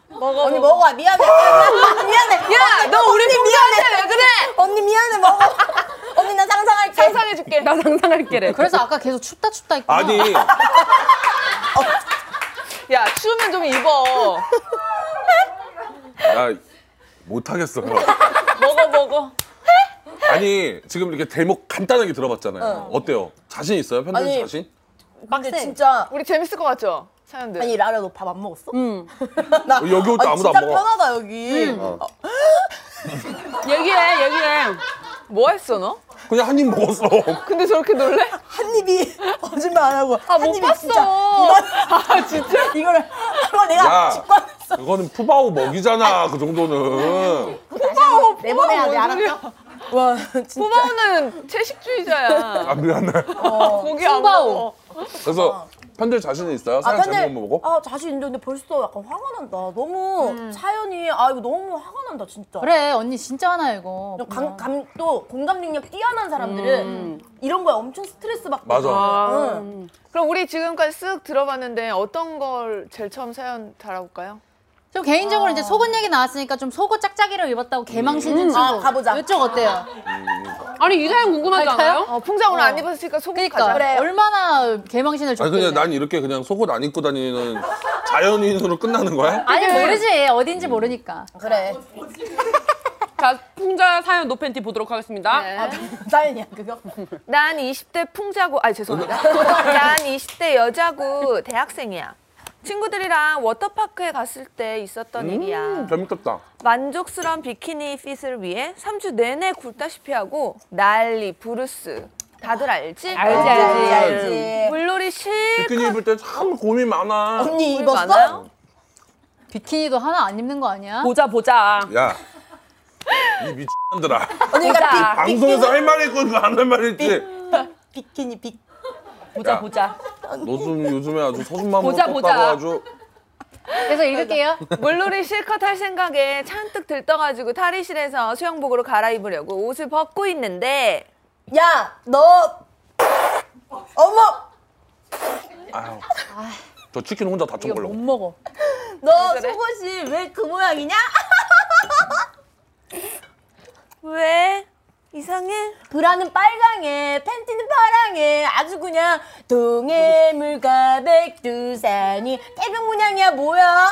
[SPEAKER 5] 먹어
[SPEAKER 6] 언니
[SPEAKER 5] 먹어.
[SPEAKER 6] 먹어 아, 미안해. 미안해. 야, 너 우리 미안해. 왜 그래? 언니 미안해 <laughs> 먹어. 언니 나 상상할게.
[SPEAKER 5] 상상해줄게
[SPEAKER 8] <laughs> 나 상상할게래.
[SPEAKER 7] 그래서 아까 계속 춥다 춥다 했구나.
[SPEAKER 3] 아니,
[SPEAKER 5] 야 추우면 좀 입어
[SPEAKER 3] 나 못하겠어. 그럼.
[SPEAKER 5] 먹어 먹어
[SPEAKER 3] 아니, 지금 이렇게 대목 간단하게 들어봤잖아요. 어때요? 자신 있어요? 편집
[SPEAKER 6] 아니,
[SPEAKER 3] 자신?
[SPEAKER 6] 근데 진짜
[SPEAKER 5] 우리 재밌을 것 같죠 사연들
[SPEAKER 6] 아니 라라 너 밥 안 먹었어? <laughs> 나
[SPEAKER 3] 여기 올때
[SPEAKER 6] 아니,
[SPEAKER 3] 아무도 안
[SPEAKER 6] 진짜
[SPEAKER 3] 먹어.
[SPEAKER 6] 편하다 여기. 어,
[SPEAKER 8] 얘기해, 얘기해.
[SPEAKER 5] 뭐 했어 너?
[SPEAKER 3] 그냥 한 입 먹었어.
[SPEAKER 5] 근데 저렇게 놀래?
[SPEAKER 6] 한 입이 <laughs> 거짓말 안 하고 한
[SPEAKER 5] 못
[SPEAKER 6] 입이
[SPEAKER 5] 봤어.
[SPEAKER 6] 진짜 이만-
[SPEAKER 5] 아 진짜?
[SPEAKER 6] <laughs> 이거를 한번 내가
[SPEAKER 3] 야.
[SPEAKER 6] 직관했어.
[SPEAKER 3] 그거는 푸바오 먹이잖아, 그 정도는.
[SPEAKER 6] 어, 뽑아 내보내야 돼
[SPEAKER 5] 뭔
[SPEAKER 6] 알았어?
[SPEAKER 5] 소리야?
[SPEAKER 6] 와 진짜.
[SPEAKER 5] 호바오는 채식주의자야
[SPEAKER 3] <laughs> 아, 미안해.
[SPEAKER 5] 고기 안
[SPEAKER 7] 푸바오.
[SPEAKER 5] 먹어
[SPEAKER 3] 그래서 편들 자신 있어요?
[SPEAKER 6] 아
[SPEAKER 3] 사연
[SPEAKER 6] 근데
[SPEAKER 3] 잘못 먹어?
[SPEAKER 6] 아 자신 있는데 근데 벌써 약간 화가 난다. 너무 사연이 아 이거 너무 화가 난다 진짜.
[SPEAKER 7] 그래 언니 진짜 하나 이거.
[SPEAKER 6] 감, 감, 또 공감 능력 뛰어난 사람들은 이런 거에 엄청 스트레스 받고
[SPEAKER 3] 맞아.
[SPEAKER 6] 응.
[SPEAKER 5] 그럼 우리 지금까지 쓱 들어봤는데 어떤 걸 제일 처음 사연 달아볼까요?
[SPEAKER 7] 좀 개인적으로 이제 속옷 얘기 나왔으니까 좀 속옷 짝짝이를 입었다고 개망신 준 친구.
[SPEAKER 6] 아, 가보자.
[SPEAKER 7] 이쪽 어때요?
[SPEAKER 8] 아니, 이 사연 궁금하지 않아요?
[SPEAKER 5] 어, 풍자오늘 안 입었으니까 속옷
[SPEAKER 7] 그러니까
[SPEAKER 5] 가자
[SPEAKER 6] 그래.
[SPEAKER 7] 얼마나 개망신을
[SPEAKER 3] 아니,
[SPEAKER 7] 줬길래.
[SPEAKER 3] 그냥 난 이렇게 그냥 속옷 안 입고 다니는 자연인으로 끝나는 거야?
[SPEAKER 8] 네.
[SPEAKER 7] 아니 모르지 어딘지 모르니까.
[SPEAKER 6] 그래.
[SPEAKER 8] 자, 풍자 사연 노팬티 보도록 하겠습니다.
[SPEAKER 6] 사연이야 그거.
[SPEAKER 5] 난 20대 풍자고, 아 죄송합니다. <laughs> 난 20대 여자고 대학생이야. 친구들이랑 워터파크에 갔을 때 있었던 일이야.
[SPEAKER 3] 음, 재밌겠다.
[SPEAKER 5] 만족스러운 비키니 핏을 위해 3주 내내 굴다시피 하고 난리 브루스 다들 알지? 어.
[SPEAKER 8] 알지, 알지.
[SPEAKER 6] 알지.
[SPEAKER 5] 물놀이 실컷
[SPEAKER 3] 비키니 입을 때 참 고민 많아.
[SPEAKER 6] 언니
[SPEAKER 5] 물
[SPEAKER 6] 그 입었어?
[SPEAKER 5] 어, 많아요?
[SPEAKER 7] 비키니도 하나 안 입는 거 아니야?
[SPEAKER 8] 보자, 보자.
[SPEAKER 3] 야, 이 미친들아.
[SPEAKER 6] 언니가 비,
[SPEAKER 3] 방송에서 할 말이 있고 안 할 말이 있지.
[SPEAKER 6] 비키니 비.
[SPEAKER 8] 보자,
[SPEAKER 3] 야.
[SPEAKER 8] 보자.
[SPEAKER 3] 너 좀 요즘에 아주 서준맘으로
[SPEAKER 8] 보자,
[SPEAKER 3] 떴다고
[SPEAKER 8] 보자.
[SPEAKER 3] 아주
[SPEAKER 7] 그래서 읽을게요.
[SPEAKER 5] 물놀이 실컷 할 생각에 잔뜩 들떠가지고 탈의실에서 수영복으로 갈아입으려고 옷을 벗고 있는데
[SPEAKER 6] 야 너. 어머
[SPEAKER 3] 아유. 저 치킨 혼자 다
[SPEAKER 7] 이거 못
[SPEAKER 3] 쳐먹으려고.
[SPEAKER 7] 먹어.
[SPEAKER 6] 너
[SPEAKER 5] 왜 그래?
[SPEAKER 6] 속옷이 왜 그 모양이냐?
[SPEAKER 5] 왜 이상해?
[SPEAKER 6] 브라는 빨강에 팬티는 파랑에 아주 그냥 동해물과 백두산이 태평 문양이야 뭐야?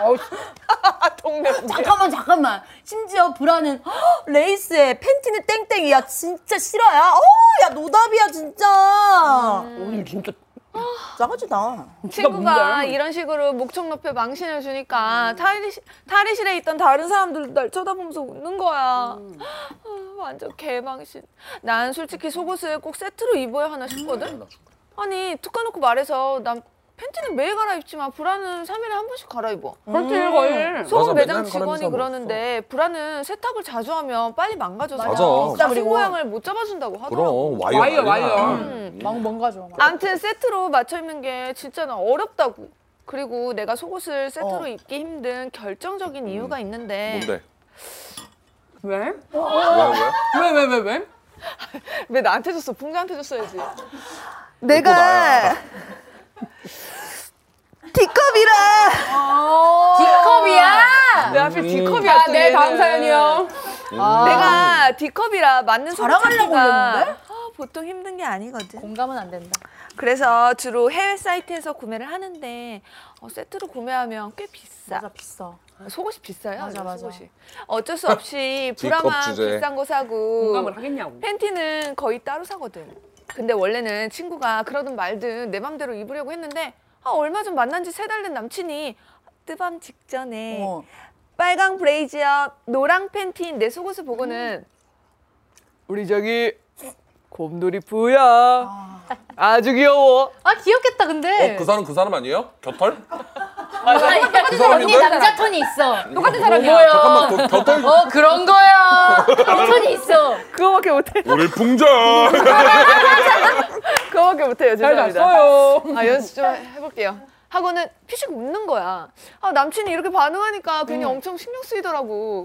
[SPEAKER 6] <laughs>
[SPEAKER 5] 동네
[SPEAKER 6] 잠깐만 잠깐만 심지어 브라는 헉, 레이스에 팬티는 땡땡이야 어, 진짜 실화야 어야 노답이야 진짜
[SPEAKER 8] 오늘 진짜
[SPEAKER 6] 싸가지다.
[SPEAKER 5] 친구가 이런 식으로 목청 높여 망신을 주니까 탈의실, 탈의실에 있던 다른 사람들도 날 쳐다보면서 웃는 거야.
[SPEAKER 9] 음.
[SPEAKER 5] 아, 완전 개망신. 난 솔직히 속옷을 꼭 세트로 입어야 하나
[SPEAKER 9] 음.
[SPEAKER 5] 싶거든? 아니, 툭 까놓고 말해서 난 팬티는 매일 갈아입지만 브라는 3일에 한 번씩 갈아입어.
[SPEAKER 8] 그렇지 일거일.
[SPEAKER 5] 소금
[SPEAKER 9] 음, 맞아,
[SPEAKER 5] 매장
[SPEAKER 9] 맨날
[SPEAKER 5] 직원이
[SPEAKER 9] 갈아입는 사람
[SPEAKER 5] 그러는데 브라는 세탁을 자주 하면 빨리 망가져서
[SPEAKER 9] 맞아. 진짜
[SPEAKER 5] 자신
[SPEAKER 6] 그리고-
[SPEAKER 5] 모양을 못 잡아준다고 하더라고.
[SPEAKER 3] 그럼 와이어
[SPEAKER 8] 와이어,
[SPEAKER 3] 난리나.
[SPEAKER 8] 와이어.
[SPEAKER 3] 음.
[SPEAKER 7] 막 뭔가 좀.
[SPEAKER 5] 아무튼 세트로 맞춰 입는 게 진짜 나 어렵다고. 그리고 내가 속옷을 세트로 입기 힘든 결정적인 이유가
[SPEAKER 6] 네.
[SPEAKER 5] 있는데
[SPEAKER 3] 뭔데?
[SPEAKER 8] 왜?
[SPEAKER 3] 왜 어, 왜?
[SPEAKER 8] 왜 왜 왜 왜?
[SPEAKER 5] 왜 나한테 줬어? 풍자한테 줬어야지.
[SPEAKER 3] 나야.
[SPEAKER 6] 내가 D컵이라
[SPEAKER 7] D컵이야.
[SPEAKER 5] 왜 하필 D컵이야?
[SPEAKER 8] 아,
[SPEAKER 5] 또
[SPEAKER 8] 네
[SPEAKER 5] 얘는.
[SPEAKER 8] 다음 사연이요.
[SPEAKER 5] 내가 D컵이라 맞는 속옷
[SPEAKER 6] 자랑하려고
[SPEAKER 5] 찾기가 아, 보통 힘든 게 아니거든.
[SPEAKER 7] 공감은 안 된다.
[SPEAKER 5] 그래서 주로 해외 사이트에서 구매를 하는데 어, 세트로 구매하면 꽤 비싸.
[SPEAKER 7] 맞아 비싸.
[SPEAKER 5] 속옷이 비싸요.
[SPEAKER 7] 맞아,
[SPEAKER 5] 이거
[SPEAKER 7] 맞아.
[SPEAKER 5] 속옷이. 어쩔 수 없이
[SPEAKER 3] D컵
[SPEAKER 5] 브라만
[SPEAKER 3] 아, 주제.
[SPEAKER 5] 비싼 거 사고
[SPEAKER 8] 공감을 하겠냐고.
[SPEAKER 5] 팬티는 거의 따로 사거든. 근데 원래는 친구가 그러든 말든 내 맘대로 입으려고 했는데 아, 얼마 전 만난 지 세 달 된 남친이 뜨밤 직전에
[SPEAKER 7] 어.
[SPEAKER 6] 어.
[SPEAKER 5] 빨강 브레이지와 노랑 팬티인 내 속옷을 보고는
[SPEAKER 7] 음.
[SPEAKER 8] 우리 저기 곰돌이 뿌야. 아주 귀여워.
[SPEAKER 7] 아 귀엽겠다 근데.
[SPEAKER 8] 네.
[SPEAKER 3] 어, 그 사람 그 사람 아니에요? 겨털?
[SPEAKER 8] 아,
[SPEAKER 3] 그
[SPEAKER 7] 똑같은 사람 언니 남자 톤이 있어. 똑같은 사람이야.
[SPEAKER 3] 잠깐만 그 겨- 겨털?
[SPEAKER 7] 어 그런 거야. 그 톤이 있어.
[SPEAKER 5] 그거밖에 못해.
[SPEAKER 3] 우리 풍자.
[SPEAKER 5] 그거밖에 못해요.
[SPEAKER 8] 잘
[SPEAKER 5] 죄송합니다.
[SPEAKER 8] 났어요.
[SPEAKER 5] 아 연습 좀 해볼게요. 하고는 피식 웃는 거야. 아 남친이 이렇게 반응하니까 괜히
[SPEAKER 3] 음.
[SPEAKER 5] 엄청 신경 쓰이더라고.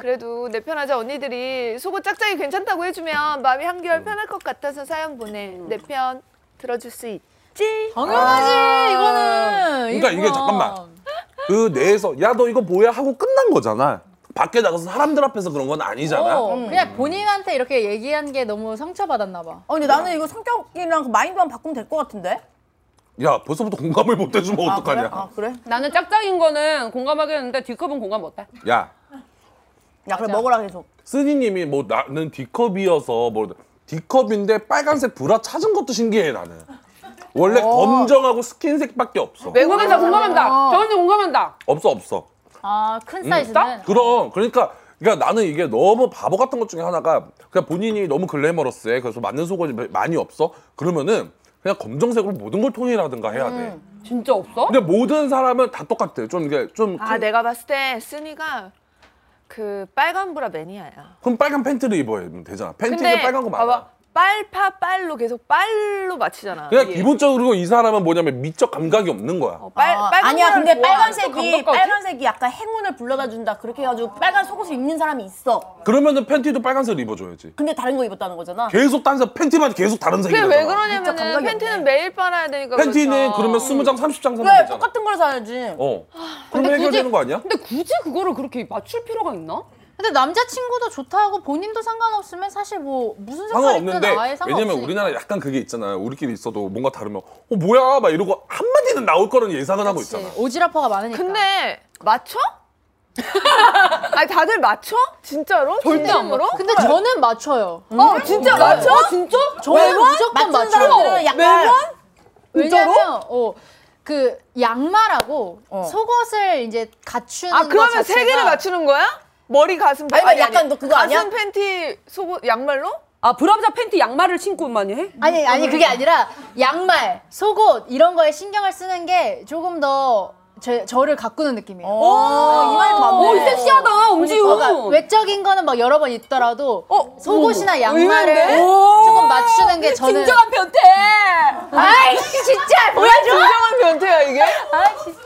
[SPEAKER 5] 그래도 내 편하자 언니들이 속옷 짝짝이 괜찮다고 해주면 마음이 한결 편할 것 같아서 사연 보내.
[SPEAKER 3] 음.
[SPEAKER 5] 내 편 들어줄 수 있지?
[SPEAKER 7] 당연하지 이거는.
[SPEAKER 3] 그러니까 이게 잠깐만. 그 내에서 야 너 이거 뭐야 하고 끝난 거잖아. 밖에 나가서 사람들 앞에서 그런 건 아니잖아.
[SPEAKER 7] 어, 그냥 본인한테 이렇게 얘기한 게 너무 상처받았나 봐.
[SPEAKER 6] 어, 근데 나는 이거 성격이랑 그 마인드만 바꾸면 될 것 같은데?
[SPEAKER 3] 야 벌써부터 공감을 못 해주면 어떡하냐.
[SPEAKER 6] 그래? 아, 그래?
[SPEAKER 8] 나는 짝짝인 거는 공감하겠는데 뒤컵은 공감 못해.
[SPEAKER 3] 야
[SPEAKER 6] 야, 그래, 먹으라 계속.
[SPEAKER 3] 쓰니님이 뭐 나는 D컵이어서 뭐 D컵인데 빨간색 브라 찾은 것도 신기해 나는. 원래
[SPEAKER 6] 어.
[SPEAKER 3] 검정하고 스킨색밖에 없어.
[SPEAKER 8] 공감한다 공감한다. 저 언니 공감한다.
[SPEAKER 3] 없어 없어. 음,
[SPEAKER 7] 아 큰 사이즈는.
[SPEAKER 3] 그럼 그러니까 그러니까 나는 이게 너무 바보 같은 것 중에 하나가 그냥 본인이 너무 글래머러스해 그래서 맞는 속옷이 많이 없어 그러면은 그냥 검정색으로 모든 걸 톤이라든가 해야 돼.
[SPEAKER 2] 음.
[SPEAKER 8] 진짜 없어?
[SPEAKER 3] 근데 모든 사람은 다 똑같아. 좀 이게 좀
[SPEAKER 5] 아 내가 봤을 때 쓰니가 그 빨간 브라 매니아야.
[SPEAKER 3] 그럼 빨간 팬티를 입어야 되잖아. 팬티는
[SPEAKER 5] 근데
[SPEAKER 3] 음. 빨간 거 많아.
[SPEAKER 5] 봐봐 빨파 빨로 계속 빨로 맞히잖아.
[SPEAKER 3] 그냥
[SPEAKER 5] 이게.
[SPEAKER 3] 기본적으로 이 사람은 뭐냐면 미적 감각이 없는 거야.
[SPEAKER 5] 예. 어, 빨,
[SPEAKER 6] 아,
[SPEAKER 5] 빨간
[SPEAKER 6] 아니야,
[SPEAKER 5] 브라를
[SPEAKER 6] 근데
[SPEAKER 5] 좋아해.
[SPEAKER 6] 빨간색이,
[SPEAKER 8] 감각까지?
[SPEAKER 6] 빨간색이 약간 행운을 불러다 준다. 그렇게 해가지고 빨간 속옷을 입는 사람이 있어.
[SPEAKER 3] 그러면은 팬티도 빨간색을 입어줘야지.
[SPEAKER 6] 근데 다른 거 입었다는 거잖아.
[SPEAKER 3] 계속 다른 사 팬티만 계속 다른 색이
[SPEAKER 5] 그게
[SPEAKER 3] 되잖아.
[SPEAKER 5] 왜 그러냐면
[SPEAKER 6] 진짜 감각이
[SPEAKER 5] 팬티는 매일 빨아야 되니까
[SPEAKER 3] 팬티는
[SPEAKER 5] 그렇죠.
[SPEAKER 3] 그러면 스무 장, 삼십 장 사면
[SPEAKER 6] 그래,
[SPEAKER 3] 되잖아.
[SPEAKER 6] 똑같은 걸 사야지.
[SPEAKER 3] 어. 그러면 해결되는 거 아니야?
[SPEAKER 8] 근데 굳이 그거를 그렇게 맞출 필요가 있나?
[SPEAKER 7] 근데 남자친구도 좋다고 본인도 상관없으면 사실 뭐 무슨 색깔 입든
[SPEAKER 3] 상관없는데
[SPEAKER 7] 아예 상관없으니까.
[SPEAKER 3] 왜냐면 우리나라 약간 그게 있잖아요. 우리끼리 있어도 뭔가 다르면 어 뭐야 막 이러고 한마디는 나올 거라는 예상은 하고 있잖아.
[SPEAKER 7] 오지라퍼가 많으니까.
[SPEAKER 5] 근데
[SPEAKER 6] <laughs>
[SPEAKER 5] 맞춰? 아니 다들 맞춰? 진짜로? 절대
[SPEAKER 7] 안 맞춰. 근데 저는 맞춰요.
[SPEAKER 5] 어 진짜 맞춰? 진짜?
[SPEAKER 7] 저는 무조건
[SPEAKER 6] 맞춘
[SPEAKER 7] 아, 맞춰요.
[SPEAKER 6] 사람들은 약간
[SPEAKER 7] 왜냐면 어, 그 양말하고 속옷을 이제 갖추는
[SPEAKER 5] 아
[SPEAKER 7] 것
[SPEAKER 5] 그러면
[SPEAKER 7] 자체가
[SPEAKER 5] 세 개를 맞추는 거야? 머리 가슴
[SPEAKER 6] 아니, 아니, 약간 너 그거 아니야?
[SPEAKER 5] 가슴 팬티 속옷 양말로?
[SPEAKER 8] 아 브라자 팬티 양말을 신고만 해?
[SPEAKER 7] 아니 아니 그게 아니라 양말, 속옷 이런 거에 신경을 쓰는 게 조금 더 제, 저를 가꾸는 느낌이에요. 어,
[SPEAKER 6] 오, 어, 이
[SPEAKER 7] 아,
[SPEAKER 6] 말도
[SPEAKER 8] 오
[SPEAKER 6] 맞네.
[SPEAKER 8] 어, 섹시하다
[SPEAKER 7] 그러니까
[SPEAKER 8] 엄지우.
[SPEAKER 7] 외적인 거는 막 여러 번 입더라도
[SPEAKER 8] 어,
[SPEAKER 7] 속옷이나
[SPEAKER 8] 의외인데?
[SPEAKER 7] 양말을
[SPEAKER 8] 오.
[SPEAKER 7] 조금 맞추는 게 저는
[SPEAKER 8] 진정한 변태.
[SPEAKER 7] 아이씨 진짜 보여줘.
[SPEAKER 5] 진정한 변태야 이게?
[SPEAKER 7] 아 진짜.